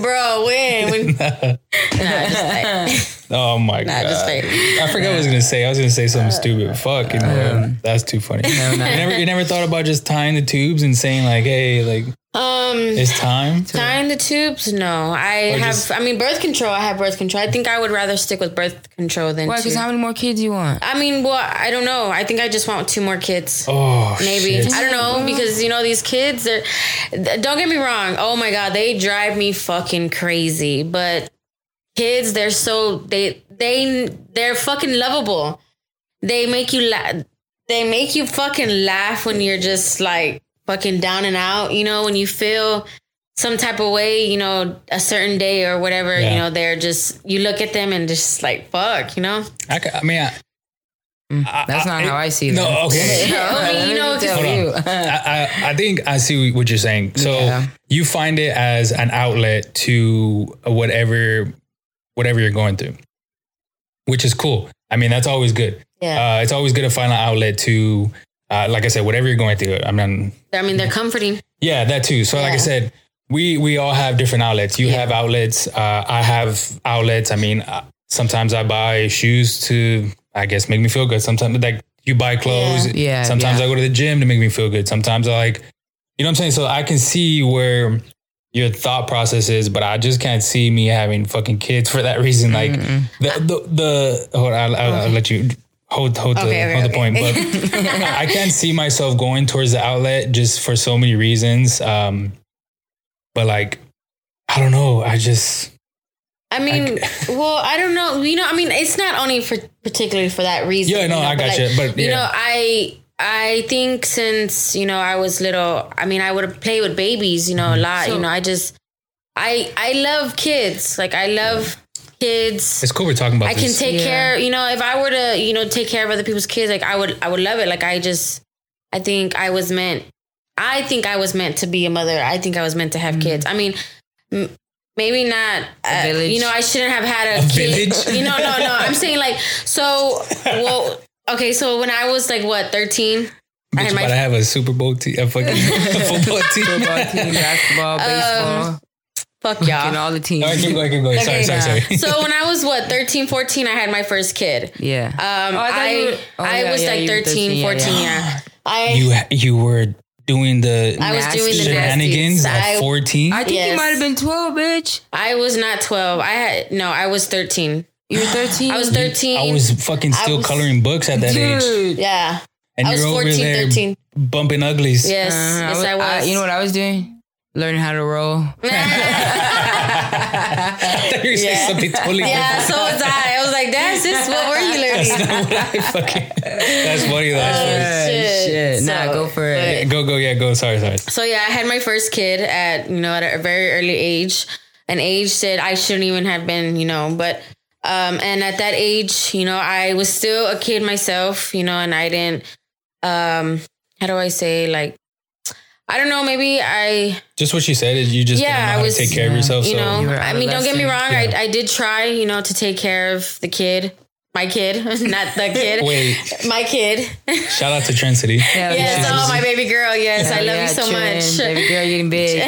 Speaker 1: bro, when when nah, just like,
Speaker 2: oh my
Speaker 1: nah,
Speaker 2: god!
Speaker 1: just Uh, like
Speaker 2: I forgot what I was gonna say. I was gonna say something stupid. Fuck, you know, that's too funny.
Speaker 3: um, no,
Speaker 2: You never, you never thought about just tying the tubes and saying like, "Hey, like
Speaker 1: um.
Speaker 2: it's time."
Speaker 1: Tying the tubes? No, I
Speaker 2: Or
Speaker 1: have.
Speaker 2: just-
Speaker 1: I mean, birth control. I have birth control. I think I would rather stick with birth control than.
Speaker 3: Why?
Speaker 1: tube.
Speaker 3: Because how many more kids you want?
Speaker 1: I mean, well, I don't know. I think I just want two more kids.
Speaker 2: Oh,
Speaker 1: Maybe
Speaker 2: shit.
Speaker 1: I don't know because you know these kids. They're th- don't get me wrong. Oh my god, they drive me fucking crazy. But kids, they're so they they they're fucking lovable. They make you laugh. They make you fucking laugh when you're just like fucking down and out. You know when you feel some type of way. You know a certain day or whatever.
Speaker 2: Yeah.
Speaker 1: You know they're just you look at them and just like fuck. You know.
Speaker 2: I, ca- I mean, I, I-
Speaker 3: Mm, That's not
Speaker 2: I-
Speaker 3: how I see
Speaker 2: No, okay.
Speaker 1: you know,
Speaker 2: I, I, I think I see what you're saying. So you find it as an outlet to whatever whatever you're going through, which is cool. I mean, that's always good.
Speaker 1: Yeah.
Speaker 2: Uh, it's always good to find an outlet to, uh, like I said, whatever you're going through. I mean,
Speaker 1: I mean they're comforting.
Speaker 2: yeah, that too. So, like I
Speaker 1: Yeah.
Speaker 2: said, we we all have different outlets. You have outlets. Uh, I have outlets. I mean, uh, sometimes I buy shoes to, I guess, make me feel good. Sometimes, like you buy clothes.
Speaker 1: Yeah.
Speaker 3: Yeah,
Speaker 2: Sometimes
Speaker 3: yeah.
Speaker 2: I go to the gym to make me feel good. Sometimes I like, you know what I'm saying. So I can see where your thought process is, but I just can't see me having fucking kids for that reason. Like
Speaker 3: Mm.
Speaker 2: the the, the hold, on, I'll, I'll, I'll let you hold hold the
Speaker 1: Okay, okay,
Speaker 2: hold
Speaker 1: okay.
Speaker 2: the point, but. I I can see myself going towards the outlet just for so many reasons. Um, but like, I don't know. I just
Speaker 1: I mean, well, I don't know. You know, I mean, it's not only for particularly for that reason.
Speaker 2: Yeah, no,
Speaker 1: you know,
Speaker 2: I
Speaker 1: but,
Speaker 2: gotcha,
Speaker 1: like,
Speaker 2: but,
Speaker 1: you
Speaker 2: yeah.
Speaker 1: know, I I think since you know I was little, I mean, I would play with babies, you know,
Speaker 2: Mm-hmm.
Speaker 1: a lot. you
Speaker 3: So-
Speaker 1: know, I just I I love kids. Like I love kids.
Speaker 2: it's cool we're talking about.
Speaker 1: I can
Speaker 2: this.
Speaker 1: take
Speaker 3: Yeah.
Speaker 1: care. You know, if I were to, you know, take care of other people's kids, like I would, I would love it. Like I just, I think I was meant. I think I was meant to be a mother. I think I was meant to have kids. I mean, m- maybe not. uh,
Speaker 3: Mm. village?
Speaker 1: you know, I shouldn't have had a,
Speaker 2: A
Speaker 1: kid.
Speaker 2: village?
Speaker 1: You know, no, no. I'm saying like so. Well, okay. So when I was like what 13, I
Speaker 2: Bitch,
Speaker 1: had
Speaker 2: about
Speaker 1: my
Speaker 2: to have a Super Bowl team, a fucking a football team.
Speaker 3: Football team,
Speaker 1: um,
Speaker 3: basketball, baseball,
Speaker 1: fuck y'all.
Speaker 3: and all the teams.
Speaker 2: All right, keep going, keep going.
Speaker 1: Okay.
Speaker 2: Sorry, sorry, sorry.
Speaker 1: So when I was what 13, 14, I had my first kid.
Speaker 3: Yeah.
Speaker 1: Um,
Speaker 3: Oh, I thought
Speaker 1: I
Speaker 3: you
Speaker 1: I,
Speaker 3: were- oh, yeah,
Speaker 1: was
Speaker 3: yeah,
Speaker 1: like
Speaker 3: you were
Speaker 1: 13,
Speaker 3: 13, yeah,
Speaker 1: 14, yeah.
Speaker 3: yeah.
Speaker 1: I
Speaker 2: you you were doing the
Speaker 1: I was
Speaker 3: nasty
Speaker 1: doing the
Speaker 2: shenanigans
Speaker 1: nasties.
Speaker 2: at
Speaker 1: I,
Speaker 2: fourteen.
Speaker 3: I think you
Speaker 1: yes.
Speaker 3: might have been 12, bitch.
Speaker 1: I was not 12. I had, no, I was 13.
Speaker 3: You were 13.
Speaker 1: I was 13.
Speaker 2: I was fucking still
Speaker 1: was-
Speaker 2: coloring books at that age,
Speaker 3: Dude.
Speaker 1: yeah.
Speaker 2: and
Speaker 1: I was
Speaker 2: you're over
Speaker 1: 14,
Speaker 2: there
Speaker 1: 13.
Speaker 2: bumping uglies.
Speaker 1: Yes,
Speaker 3: Uh,
Speaker 1: yes, I was.
Speaker 3: you know what I was doing? learning how to roll.
Speaker 2: thought you were saying
Speaker 1: Yeah.
Speaker 2: something totally
Speaker 1: Yeah, so was I. I was like, that's just what were you
Speaker 2: different.
Speaker 1: learning?
Speaker 2: That's not what I fucking. That's funny. That's
Speaker 1: Uh, shit.
Speaker 3: Nah,
Speaker 1: So,
Speaker 3: go for it.
Speaker 2: funny. Go go yeah go. Sorry sorry.
Speaker 1: So yeah, I had my first kid at you know at a very early age, an age that I shouldn't even have been, you know. But um, and at that age, you know, I was still a kid myself, you know, and I didn't. Um, how do I say like, I don't know. Maybe I,
Speaker 2: Just what she said is you just
Speaker 1: Yeah,
Speaker 2: didn't know
Speaker 1: I
Speaker 2: how
Speaker 1: was-
Speaker 2: to take care of
Speaker 3: yeah.
Speaker 2: yourself.
Speaker 1: you
Speaker 2: so
Speaker 1: know,
Speaker 3: you were
Speaker 1: I mean, don't get me wrong.
Speaker 2: adolescent,
Speaker 1: I I did try, you know, to take care of the kid, my kid, not the kid,
Speaker 2: wait.
Speaker 1: my kid.
Speaker 2: Shout out to Trent City.
Speaker 3: Yeah,
Speaker 1: Yes,
Speaker 3: yeah.
Speaker 1: oh my baby girl. Yes, I love you
Speaker 3: Yeah,
Speaker 1: so
Speaker 3: chilling.
Speaker 1: much.
Speaker 3: Baby girl getting big.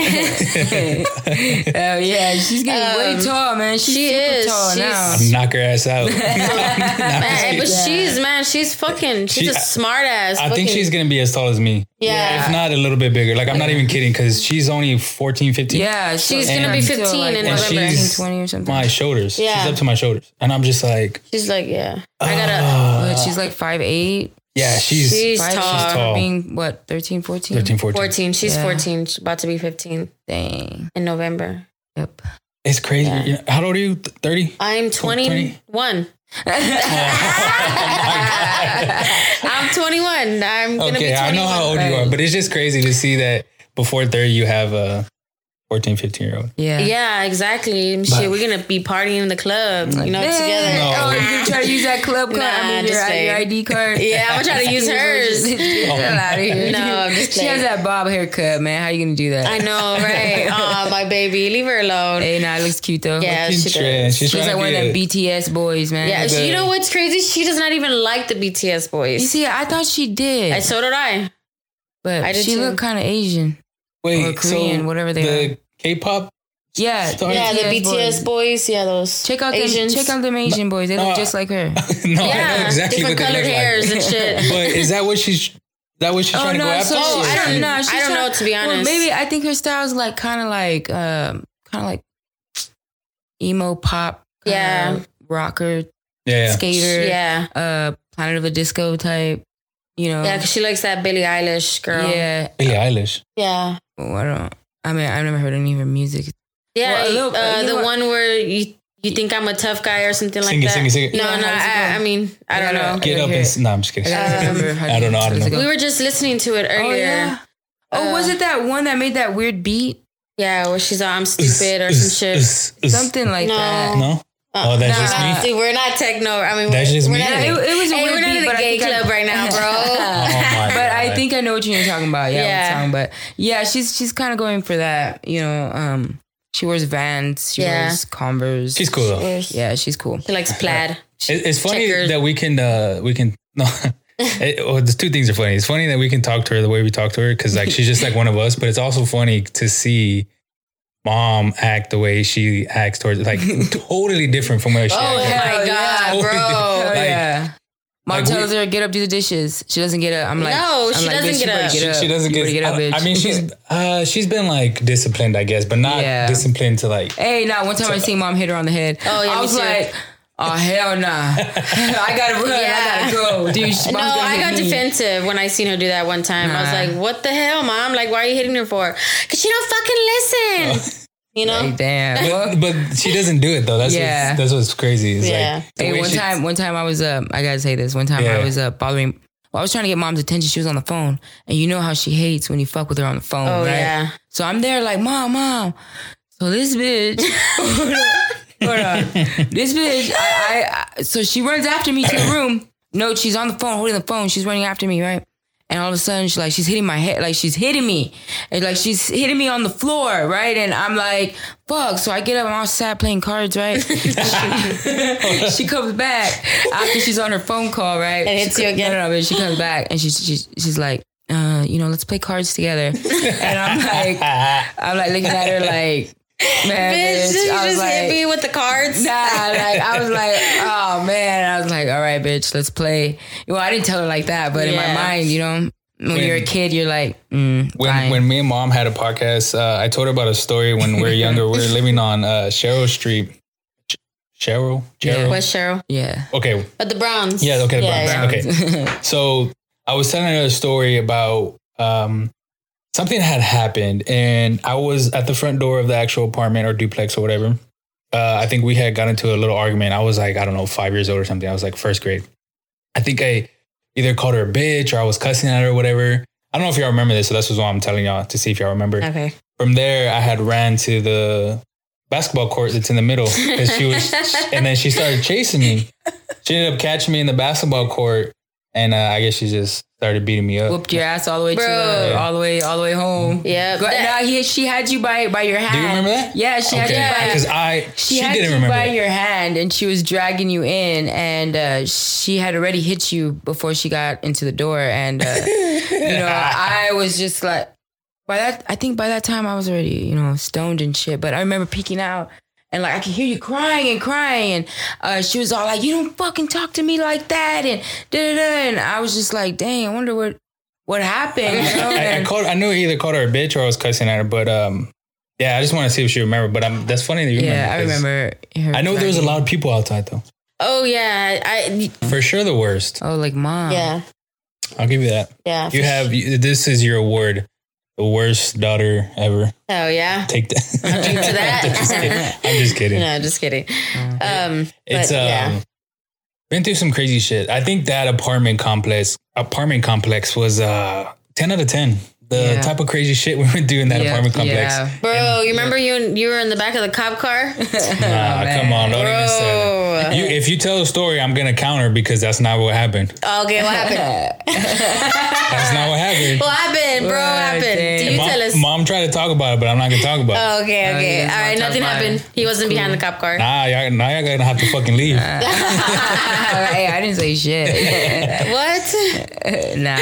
Speaker 3: oh yeah, she's getting way
Speaker 1: Um,
Speaker 3: tall, man. She's
Speaker 1: she
Speaker 3: super
Speaker 1: is.
Speaker 3: tall
Speaker 1: She's-
Speaker 3: now.
Speaker 2: Knock her ass out. Nah,
Speaker 1: Man,
Speaker 2: I'm
Speaker 1: but
Speaker 2: just kidding.
Speaker 1: she's man, she's fucking. She's a
Speaker 2: She-
Speaker 1: smart ass.
Speaker 2: I think she's gonna be as tall as me.
Speaker 1: Yeah.
Speaker 2: If not a little bit bigger. Like I'm not even kidding because she's only 14, 15.
Speaker 3: Yeah,
Speaker 1: She's gonna
Speaker 2: be
Speaker 1: 15 in
Speaker 2: And
Speaker 1: November.
Speaker 2: she's
Speaker 3: 20 or something.
Speaker 2: my shoulders.
Speaker 1: Yeah.
Speaker 2: She's up to my shoulders. And I'm just like,
Speaker 1: She's like yeah. I gotta.
Speaker 2: ah.
Speaker 3: But she's like 5'8",
Speaker 2: yeah, she's
Speaker 1: She's
Speaker 3: five,
Speaker 1: tall.
Speaker 2: She's tall.
Speaker 3: being what 13, 14?
Speaker 2: 13, 14.
Speaker 1: Fourteen. She's
Speaker 3: Yeah.
Speaker 1: fourteen. She's about to be fifteen
Speaker 3: Dang.
Speaker 1: in November.
Speaker 3: Yep.
Speaker 2: It's crazy.
Speaker 1: Yeah.
Speaker 2: You know- How old are you? Th- 30?
Speaker 1: I'm
Speaker 2: Twenty.
Speaker 1: twenty-one.
Speaker 2: Oh,
Speaker 1: I'm twenty-one. I'm gonna be
Speaker 2: Okay,
Speaker 1: twenty-one.
Speaker 2: I know how old you
Speaker 3: right?
Speaker 2: are, but it's just crazy to see that before 30 you have a 14, 15 year old.
Speaker 3: Yeah.
Speaker 1: Yeah, exactly. Shit, we're gonna be partying in the club, you know, together.
Speaker 2: No.
Speaker 3: Oh, you gonna try to use that club card?
Speaker 1: Nah,
Speaker 3: I mean, your,
Speaker 1: just
Speaker 3: your
Speaker 1: playing.
Speaker 3: ID card.
Speaker 1: Yeah, I'm gonna try to use hers.
Speaker 2: Oh.
Speaker 3: Get out of here.
Speaker 1: No, I'm just
Speaker 3: she has
Speaker 1: playing.
Speaker 3: that bob haircut, man. How you gonna do that?
Speaker 1: I know, right? Aw, my baby, leave her alone.
Speaker 3: Hey, nah, it looks cute though.
Speaker 1: Yeah,
Speaker 2: Fucking
Speaker 1: she does.
Speaker 2: trash. She's,
Speaker 3: she's
Speaker 2: trying
Speaker 3: like
Speaker 2: to
Speaker 3: one
Speaker 2: be
Speaker 3: of
Speaker 2: a-
Speaker 3: the BTS boys, man.
Speaker 1: Yeah,
Speaker 2: the-
Speaker 1: she, you know what's crazy? She does not even like the BTS
Speaker 3: You
Speaker 1: boys.
Speaker 3: see, I thought she did,
Speaker 1: And so did I.
Speaker 3: but
Speaker 1: I did
Speaker 3: she
Speaker 1: too.
Speaker 3: looked kind of Asian.
Speaker 2: wait,
Speaker 3: or Korean,
Speaker 2: so
Speaker 3: whatever they
Speaker 2: the K-pop.
Speaker 3: Yeah,
Speaker 2: Sorry.
Speaker 1: Yeah, the
Speaker 3: BTS
Speaker 1: BTS boys. Yeah, those
Speaker 3: Check out
Speaker 1: Asians.
Speaker 3: them. Check out them Asian boys. They
Speaker 2: No,
Speaker 3: look just like her.
Speaker 1: Oh,
Speaker 2: no, I know
Speaker 1: Yeah,
Speaker 2: exactly what
Speaker 1: different
Speaker 2: they
Speaker 1: colored
Speaker 2: look like.
Speaker 1: hairs and shit.
Speaker 2: But is that what she's? is That what she's
Speaker 3: Oh,
Speaker 2: trying to go
Speaker 1: so-
Speaker 2: after? Or
Speaker 1: I
Speaker 2: she-
Speaker 1: don't know. I don't know, to be honest.
Speaker 3: Well, maybe I think her style's like kind of like um, kind of like emo pop. kinda
Speaker 1: Yeah.
Speaker 3: rocker,
Speaker 2: Yeah,
Speaker 3: skater.
Speaker 1: yeah,
Speaker 3: uh, Planet of a Disco type. You know.
Speaker 1: yeah, because she likes that Billie Eilish girl.
Speaker 3: Oh. Yeah.
Speaker 2: Billie Eilish.
Speaker 1: yeah,
Speaker 3: Well, I don't. I mean, I've never heard any of her music.
Speaker 1: yeah.
Speaker 3: Well, a little-
Speaker 1: uh, the
Speaker 3: you know what?
Speaker 1: one where you you think I'm a tough guy or something
Speaker 2: Sing
Speaker 1: like
Speaker 2: it,
Speaker 1: that.
Speaker 2: sing it, sing it.
Speaker 1: No,
Speaker 3: Yeah,
Speaker 1: no.
Speaker 3: how's it
Speaker 1: I, I
Speaker 3: going?
Speaker 1: mean, I don't
Speaker 3: Yeah,
Speaker 1: know.
Speaker 2: Get
Speaker 3: gotta
Speaker 2: up
Speaker 3: hear
Speaker 2: and
Speaker 3: it.
Speaker 2: s- no, I'm just kidding.
Speaker 1: gotta-
Speaker 3: remember how
Speaker 2: I don't know, I don't
Speaker 3: to
Speaker 2: know.
Speaker 1: We were just listening to it earlier.
Speaker 3: Oh yeah. Oh, was
Speaker 1: Uh,
Speaker 3: it that one that made that weird beat?
Speaker 1: Yeah, where she's all I'm stupid or some shit.
Speaker 3: Something like
Speaker 1: No.
Speaker 3: that.
Speaker 2: No,
Speaker 1: Uh,
Speaker 2: Oh, that's
Speaker 1: nah,
Speaker 2: just me?
Speaker 1: See, we're not techno. I mean,
Speaker 2: That's
Speaker 1: we're,
Speaker 2: just
Speaker 1: we're
Speaker 2: me?
Speaker 1: Not,
Speaker 2: Yeah,
Speaker 3: it- it was a
Speaker 1: hey,
Speaker 3: weird
Speaker 1: we're not
Speaker 3: beat,
Speaker 1: in
Speaker 3: but
Speaker 1: a
Speaker 3: I
Speaker 1: gay
Speaker 3: think I-
Speaker 1: club right now,
Speaker 2: oh
Speaker 1: bro.
Speaker 2: my
Speaker 3: but I
Speaker 2: God.
Speaker 3: think I know what you're talking about. Yeah,
Speaker 1: Yeah.
Speaker 3: What song, but yeah, she's she's kind of going for that. You know, um, she wears Vans, she
Speaker 1: Yeah.
Speaker 3: wears Converse.
Speaker 2: she's cool though.
Speaker 3: Yeah, she's cool.
Speaker 1: She likes plaid.
Speaker 2: It, it's funny
Speaker 1: Checkers.
Speaker 2: that we can uh we can no. It, well, the two things are funny. It's funny that we can talk to her the way we talk to her because like she's just like one of us. But it's also funny to see mom act the way she acts towards like totally different from where she.
Speaker 1: Oh
Speaker 2: acts.
Speaker 1: my
Speaker 3: Hell yeah.
Speaker 1: god, bro.
Speaker 3: Oh
Speaker 2: Like-
Speaker 3: yeah. Mom
Speaker 2: like we-
Speaker 3: tells her get up, do the dishes. She doesn't get up. I'm like,
Speaker 1: No,
Speaker 3: I'm
Speaker 1: she
Speaker 3: like,
Speaker 1: doesn't
Speaker 3: "Bitch,
Speaker 1: get
Speaker 3: you better
Speaker 1: up."
Speaker 2: She, she doesn't
Speaker 3: You
Speaker 2: get.
Speaker 3: better
Speaker 2: I,
Speaker 3: up,
Speaker 2: I
Speaker 3: bitch."
Speaker 2: mean, she's uh, she's been like disciplined, I guess, but not
Speaker 3: Yeah.
Speaker 2: disciplined to like.
Speaker 3: Hey, nah, one time I seen mom hit her on the head.
Speaker 1: Oh, yeah,
Speaker 3: I
Speaker 1: me
Speaker 3: was
Speaker 1: too.
Speaker 3: like, oh, hell nah. I gotta run.
Speaker 1: Yeah.
Speaker 3: I gotta go. Dude, she-
Speaker 1: No,
Speaker 3: mom's gonna
Speaker 1: I
Speaker 3: hit
Speaker 1: got
Speaker 3: me.
Speaker 1: defensive when I seen her do that one time. I
Speaker 3: Nah.
Speaker 1: was like, "What the hell, mom? Like, why are you hitting her for? Cause she don't fucking
Speaker 2: Oh.
Speaker 1: listen." You know?
Speaker 3: Hey, damn. Well,
Speaker 2: But, but she doesn't do it though. That's
Speaker 3: Yeah.
Speaker 2: what's, that's what's crazy. It's
Speaker 1: Yeah.
Speaker 2: like the
Speaker 3: Hey,
Speaker 2: way
Speaker 3: one
Speaker 2: she-
Speaker 3: time, one time I was, uh, I gotta say this. One time
Speaker 2: Yeah.
Speaker 3: I was uh, bothering, well, I was trying to get mom's attention. She was on the phone, and you know how she hates when you fuck with her on the phone,
Speaker 1: oh
Speaker 3: right?
Speaker 1: yeah.
Speaker 3: So I'm there like, mom, mom. So this bitch, hold on, hold on. this bitch. I, I, I, so she runs after me to the room. No, she's on the phone, holding the phone. She's running after me, right? And all of a sudden, she's like, she's hitting my head, like she's hitting me, and like she's hitting me on the floor, right? And I'm like, fuck. So I get up, I'm all sad playing cards, right? she comes back after she's on her phone call, right?
Speaker 1: And
Speaker 3: She
Speaker 1: hits you
Speaker 3: co-
Speaker 1: again.
Speaker 3: No, no, no, but she comes back and she's she's she's like, uh, you know, let's play cards together. and I'm like, I'm like looking at her like, man,
Speaker 1: Bitch,
Speaker 3: bitch.
Speaker 1: did you
Speaker 3: I was
Speaker 1: just
Speaker 3: like,
Speaker 1: hit me with the cards?
Speaker 3: Nah, like I was like, oh man. I was like, all right, bitch, let's play. Well, I didn't tell her like that, but in my
Speaker 1: Yeah.
Speaker 3: mind, you know, when,
Speaker 2: When-
Speaker 3: you're a kid, you're like, mm,
Speaker 2: when
Speaker 3: fine.
Speaker 2: when me and mom had a podcast, uh, I told her about a story when we were younger. we were living on uh, Cheryl Street. Ch- Cheryl, Cheryl.
Speaker 1: With Cheryl,
Speaker 3: yeah.
Speaker 2: Okay,
Speaker 1: but the Browns.
Speaker 2: yeah, okay, the
Speaker 1: Yeah,
Speaker 2: Browns.
Speaker 1: yeah.
Speaker 2: Okay, so I was telling her a story about um, something had happened and I was at the front door of the actual apartment or duplex or whatever. Uh, I think we had got into a little argument. I was like, I don't know, five years old or something. I was like first grade. I think I either called her a bitch or I was cussing at her or whatever. I don't know if y'all remember this, so that's what I'm telling y'all to see if y'all remember.
Speaker 1: Okay.
Speaker 2: From there, I had ran to the basketball court that's in the middle 'cause she was, and then she started chasing me. She ended up catching me in the basketball court, and uh, I guess she just started beating me up.
Speaker 3: Whooped your ass all the way to
Speaker 1: Bro.
Speaker 3: the, all the way all the way home.
Speaker 1: Yeah,
Speaker 3: Go,
Speaker 1: that-
Speaker 3: nah, he, she had you by by your hand.
Speaker 2: remember that?
Speaker 3: Yeah, she had you by
Speaker 2: because I she,
Speaker 3: she, had
Speaker 2: didn't
Speaker 3: you
Speaker 2: remember.
Speaker 3: by
Speaker 2: that.
Speaker 3: your hand, and she was dragging you in, and uh, she had already hit you before she got into the door, and uh, you know, I was just like, by that, I think by that time I was already, you know, stoned and shit. But I remember peeking out and like I could hear you crying and crying, and uh, she was all like, "You don't fucking talk to me like that," and da da da. And I was just like, "Dang, I wonder what what happened." you know?
Speaker 2: I, I
Speaker 3: And-
Speaker 2: called. I knew I either called her a bitch or I was cussing at her. But um, yeah, I just want to see if she remembered. But I'm, that's funny that you
Speaker 3: yeah, I
Speaker 2: remember. 'cause
Speaker 3: remember. Her
Speaker 2: I know there was a
Speaker 3: crying.
Speaker 2: lot of people outside though.
Speaker 1: Oh yeah, I
Speaker 2: For sure, the worst.
Speaker 3: Oh, like mom.
Speaker 1: yeah
Speaker 2: I'll give you that.
Speaker 1: yeah.
Speaker 2: You have you, this is your award, the worst daughter ever.
Speaker 1: Oh yeah.
Speaker 2: Take that.
Speaker 1: Drink to that.
Speaker 2: I'm just kidding. I'm just kidding.
Speaker 1: No,
Speaker 2: Oh,
Speaker 1: just kidding. Um,
Speaker 2: It's
Speaker 1: but,
Speaker 2: um,
Speaker 1: yeah.
Speaker 2: been through some crazy shit. I think that apartment complex apartment complex was uh ten out of ten. The
Speaker 3: Yeah.
Speaker 2: type of crazy shit we went through in that
Speaker 3: Yeah,
Speaker 2: apartment complex.
Speaker 3: yeah.
Speaker 1: Bro, you remember you you were in the back of the cop car?
Speaker 2: Nah,
Speaker 1: Oh,
Speaker 2: come on, don't even say
Speaker 1: Bro.
Speaker 2: that. You, if you tell a story, I'm gonna counter because that's not what happened.
Speaker 1: Okay, what happened?
Speaker 2: That's not what happened.
Speaker 1: What happened, bro? What
Speaker 2: Oh,
Speaker 3: Right,
Speaker 1: happened? Do
Speaker 3: dang.
Speaker 1: you
Speaker 2: mom,
Speaker 1: tell us?
Speaker 2: mom tried to talk about it, but I'm not gonna talk about it.
Speaker 1: Oh, okay, okay.
Speaker 3: you guys
Speaker 1: All right,
Speaker 3: wanna talk
Speaker 1: nothing
Speaker 3: about
Speaker 1: happened.
Speaker 3: it.
Speaker 1: He wasn't behind the cop car.
Speaker 2: Nah, y'all, now y'all gonna have to fucking leave.
Speaker 3: hey, I didn't say shit.
Speaker 1: What?
Speaker 3: nah.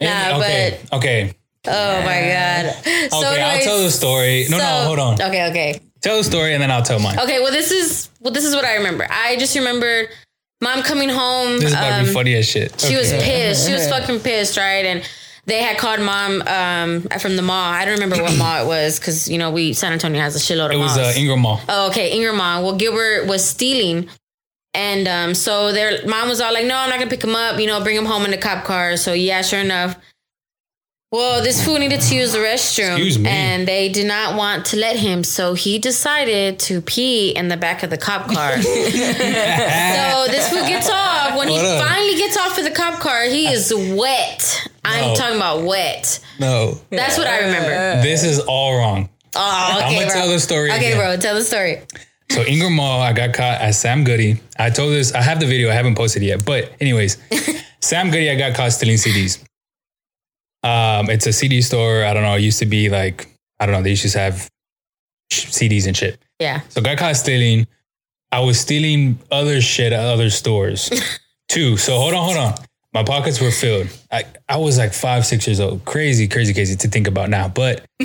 Speaker 1: nah,
Speaker 2: okay, okay,
Speaker 1: Oh my god. So
Speaker 2: okay. I'll
Speaker 1: anyways,
Speaker 2: tell the story. No, no,
Speaker 1: so- oh.
Speaker 2: hold on.
Speaker 1: Okay, okay.
Speaker 2: Tell the story and then I'll tell mine.
Speaker 1: Okay, well this is well this is what I remember. I just remembered mom coming home.
Speaker 2: This is about to be
Speaker 1: um,
Speaker 2: funny as shit.
Speaker 1: She
Speaker 2: Okay.
Speaker 1: was pissed. She was fucking pissed, right? And they had called mom um, from the mall. I don't remember what mall it was because you know we San Antonio has a shitload of
Speaker 2: It was
Speaker 1: malls.
Speaker 2: uh, Ingram Mall.
Speaker 1: oh, okay, Ingram mom. Well, Gilbert was stealing, and um, so their mom was all like, "No, I'm not gonna pick him up. You know, bring him home in the cop car." So yeah, sure enough. Well, this fool needed to use the restroom,
Speaker 2: Excuse me.
Speaker 1: and they did not want to let him, so he decided to pee in the back of the cop car. So this fool gets off. When he
Speaker 2: What up?
Speaker 1: finally gets off of the cop car, he is wet. I'm
Speaker 2: No.
Speaker 1: talking about wet.
Speaker 2: No,
Speaker 1: That's what I remember.
Speaker 2: this is all wrong.
Speaker 1: Oh, okay,
Speaker 2: I'm gonna
Speaker 1: bro.
Speaker 2: tell the story.
Speaker 1: okay,
Speaker 2: again.
Speaker 1: bro, tell the story.
Speaker 2: So Ingram Mall, I got caught at Sam Goody. I told this. I have the video. I haven't posted it yet. But anyways, Sam Goody, I got caught stealing CDs. Um, it's a CD store. I don't know. It used to be like I don't know. They used to have sh- CDs and shit.
Speaker 1: Yeah.
Speaker 2: So got caught stealing. I was stealing other shit at other stores too. So hold on, hold on. My pockets were filled. I, I was like five, six years old. Crazy, crazy, crazy to think about now. But
Speaker 3: I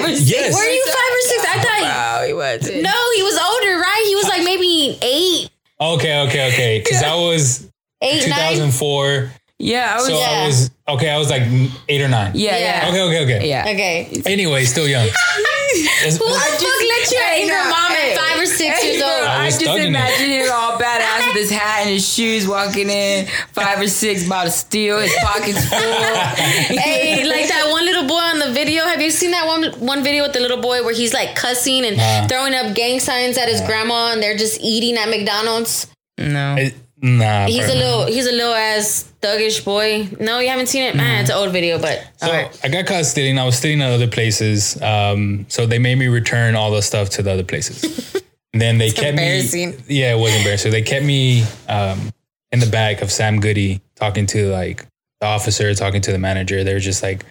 Speaker 1: Bro,
Speaker 3: was
Speaker 2: yes,
Speaker 1: were you five or six? I thought.
Speaker 3: Wow, he was.
Speaker 1: No, he was older, right? He was like maybe eight,
Speaker 2: okay, okay, okay. Because I was
Speaker 1: eight, nine.
Speaker 2: 2004.
Speaker 3: Yeah, I was.
Speaker 2: So
Speaker 3: yeah.
Speaker 1: Yeah.
Speaker 2: I was okay. I was like eight or nine.
Speaker 3: Yeah,
Speaker 1: Yeah.
Speaker 3: yeah.
Speaker 2: Okay. Okay. Okay.
Speaker 3: yeah.
Speaker 1: Okay.
Speaker 2: Anyway, still young. It's-
Speaker 1: Who the
Speaker 2: I
Speaker 1: fuck let you at
Speaker 3: Hey,
Speaker 1: your
Speaker 3: nah,
Speaker 1: mom
Speaker 3: hey.
Speaker 1: at five or six
Speaker 3: Hey,
Speaker 1: years
Speaker 3: bro,
Speaker 1: old?
Speaker 2: I
Speaker 3: I
Speaker 2: was
Speaker 3: just
Speaker 2: stuck in it.
Speaker 3: imagine him all badass with his hat and his shoes walking in, five or six, about to steal, his pockets full.
Speaker 1: Hey, like that one little boy on the video. Have you seen that one one video with the little boy where he's like cussing and
Speaker 2: Nah.
Speaker 1: throwing up gang signs at his grandma and they're just eating at McDonald's?
Speaker 3: no.
Speaker 2: it- nah.
Speaker 1: He's
Speaker 2: bro.
Speaker 1: a little he's a little ass thuggish boy. No, you haven't seen it? Man, it's an old video, but uh,
Speaker 2: So
Speaker 1: all right.
Speaker 2: I got caught stealing. I was stealing at other places. Um, so they made me return all the stuff to the other places. and then they kept me.
Speaker 1: embarrassing.
Speaker 2: Yeah, it was embarrassing. They kept me um, in the back of Sam Goody talking to like the officer, talking to the manager. They were just like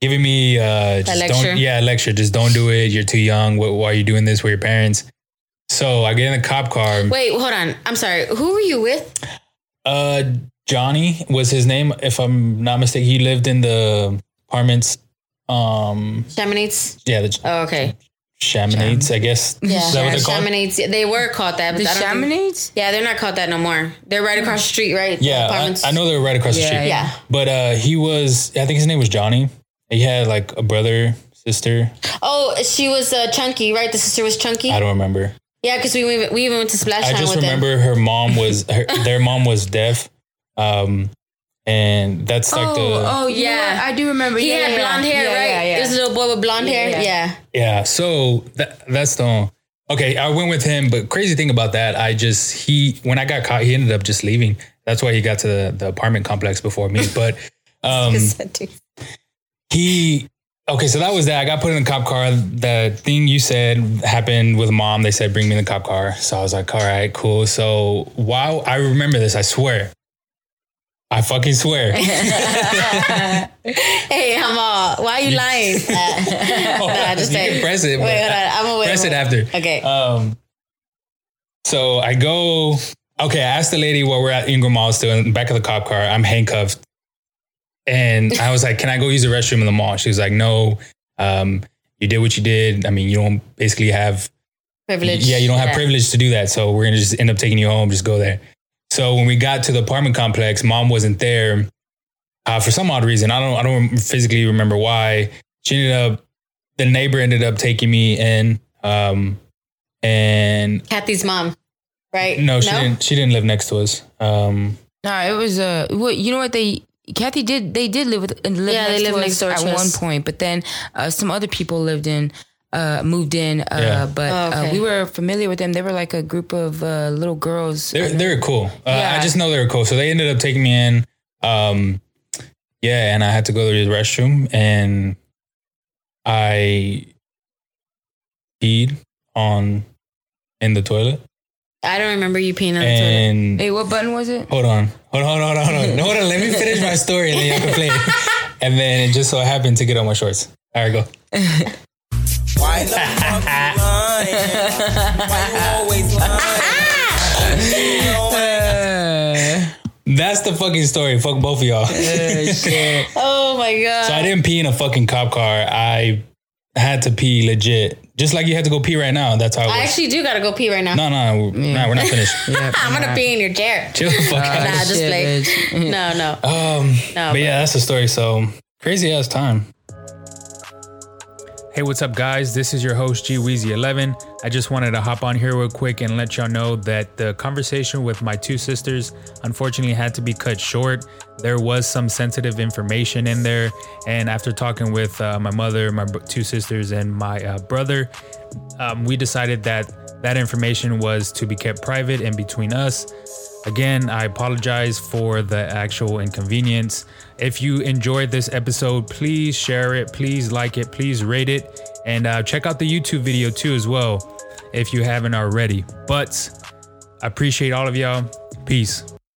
Speaker 2: giving me uh, just
Speaker 1: lecture?
Speaker 2: Don't, yeah, a lecture. Just don't do it. You're too young. What, why are you doing this with your parents? So I get in the cop car.
Speaker 1: Wait, hold on. I'm sorry. Who were you with?
Speaker 2: Uh, Johnny was his name, if I'm not mistaken. He lived in the apartments. Um,
Speaker 1: Chaminates?
Speaker 2: yeah, the
Speaker 1: Oh, okay.
Speaker 2: Chaminates, I guess.
Speaker 3: Mm-hmm.
Speaker 1: Yeah.
Speaker 2: Is that what they're called?
Speaker 1: Chaminates. They were called that, but
Speaker 3: the
Speaker 1: I don't think-
Speaker 3: Chaminates?
Speaker 1: Yeah, they're not called that no more. They're right across the street, right?
Speaker 2: Yeah,
Speaker 1: Apartments.
Speaker 2: I, I know they're right across the
Speaker 3: Yeah,
Speaker 2: street.
Speaker 1: Yeah.
Speaker 2: But uh, he was, I think his name was Johnny. He had like a brother, sister.
Speaker 1: Oh, she was uh, chunky, right? The sister was chunky.
Speaker 2: I don't remember.
Speaker 1: Yeah, because we even- we even went to Splash
Speaker 2: I
Speaker 1: Town
Speaker 2: just
Speaker 1: with them.
Speaker 2: remember her mom was, her, their mom was deaf. Um, and that's like
Speaker 3: oh,
Speaker 2: the
Speaker 3: oh, yeah.
Speaker 1: Yeah.
Speaker 3: I do remember.
Speaker 1: He
Speaker 3: yeah,
Speaker 1: had
Speaker 3: yeah,
Speaker 1: blonde
Speaker 3: yeah.
Speaker 1: hair,
Speaker 3: Yeah,
Speaker 1: right?
Speaker 3: yeah, yeah.
Speaker 1: This little boy with blonde hair.
Speaker 3: Yeah.
Speaker 1: Yeah.
Speaker 2: yeah. So that that's the one. okay. I went with him, but crazy thing about that, I just he when I got caught, he ended up just leaving. That's why he got to the, the apartment complex before me. But um, he okay so that was that i got put in the cop car the thing you said happened with mom they said bring me the cop car so i was like all right cool so wow i remember this i swear i fucking swear
Speaker 1: Hey, I'm all. Why are you lying?
Speaker 2: Hold
Speaker 1: nah,
Speaker 2: on,
Speaker 1: just
Speaker 2: you
Speaker 1: like-
Speaker 2: can press it Oh, but
Speaker 1: wait, hold on. I'm gonna wait.
Speaker 2: press
Speaker 1: I'm
Speaker 2: it
Speaker 1: gonna-
Speaker 2: after
Speaker 1: Okay.
Speaker 2: Um, so I go. Okay, I asked the lady where we're at Ingram Mall still in the back of the cop car. I'm handcuffed, and I was like, "Can I go use the restroom in the mall?" She was like, "No, um, you did what you did. I mean, you don't basically have
Speaker 1: privilege.
Speaker 2: yeah, you don't have
Speaker 1: Yeah.
Speaker 2: privilege to do that. So we're gonna just end up taking you home. Just go there. So when we got to the apartment complex, mom wasn't there uh, for some odd reason. I don't I don't physically remember why. She ended up the neighbor ended up taking me in. Um, and
Speaker 1: Kathy's mom, right?
Speaker 2: no, she didn't. She didn't live next to us. Um,
Speaker 3: No, it was uh, what you know what they Kathy did. They did live with and live
Speaker 1: Yeah, they
Speaker 3: next
Speaker 1: lived
Speaker 3: to us
Speaker 1: next door
Speaker 3: at
Speaker 1: to us.
Speaker 3: one point, but then uh, some other people lived in. Uh, moved in, uh,
Speaker 2: Yeah.
Speaker 3: but
Speaker 1: Oh, okay.
Speaker 3: uh, we were familiar with them. They were like a group of uh, little girls.
Speaker 2: they're they're cool. Uh,
Speaker 3: Yeah.
Speaker 2: I just know they're cool. So they ended up taking me in. Um, yeah, and I had to go to the restroom, and I peed on in the toilet.
Speaker 1: I don't remember you peeing on the toilet.
Speaker 2: and
Speaker 3: Hey, what button was it?
Speaker 2: hold on, hold on, hold on, hold on. No, hold on. Let me finish my story, and then you can play. it. And then it just so happened to get on my shorts. All right, go.
Speaker 4: Why the fuck you lying? Why you always lying?
Speaker 2: That's the fucking story. Fuck both of y'all.
Speaker 1: Oh my god.
Speaker 2: So I didn't pee in a fucking cop car. I had to pee legit. Just like you had to go pee right now. That's how it
Speaker 1: I
Speaker 2: was.
Speaker 1: actually do gotta go pee right now.
Speaker 2: No, no, we're, nah, we're not finished.
Speaker 1: I'm gonna pee in your chair.
Speaker 2: Chill the fuck
Speaker 1: Nah,
Speaker 2: out.
Speaker 1: just
Speaker 3: shit,
Speaker 1: play.
Speaker 3: bitch.
Speaker 1: No, no.
Speaker 2: Um,
Speaker 1: No,
Speaker 2: but yeah, that's the story. So crazy ass time. Hey, what's up, guys? This is your host, G Weezy11. I just wanted to hop on here real quick and let y'all know that the conversation with my two sisters unfortunately had to be cut short. There was some sensitive information in there. And after talking with uh, my mother, my br- two sisters, and my uh, brother, um, we decided that that information was to be kept private and between us. Again, I apologize for the actual inconvenience. If you enjoyed this episode, please share it, please like it, please rate it, and uh, check out the YouTube video too as well if you haven't already. But I appreciate all of y'all. Peace.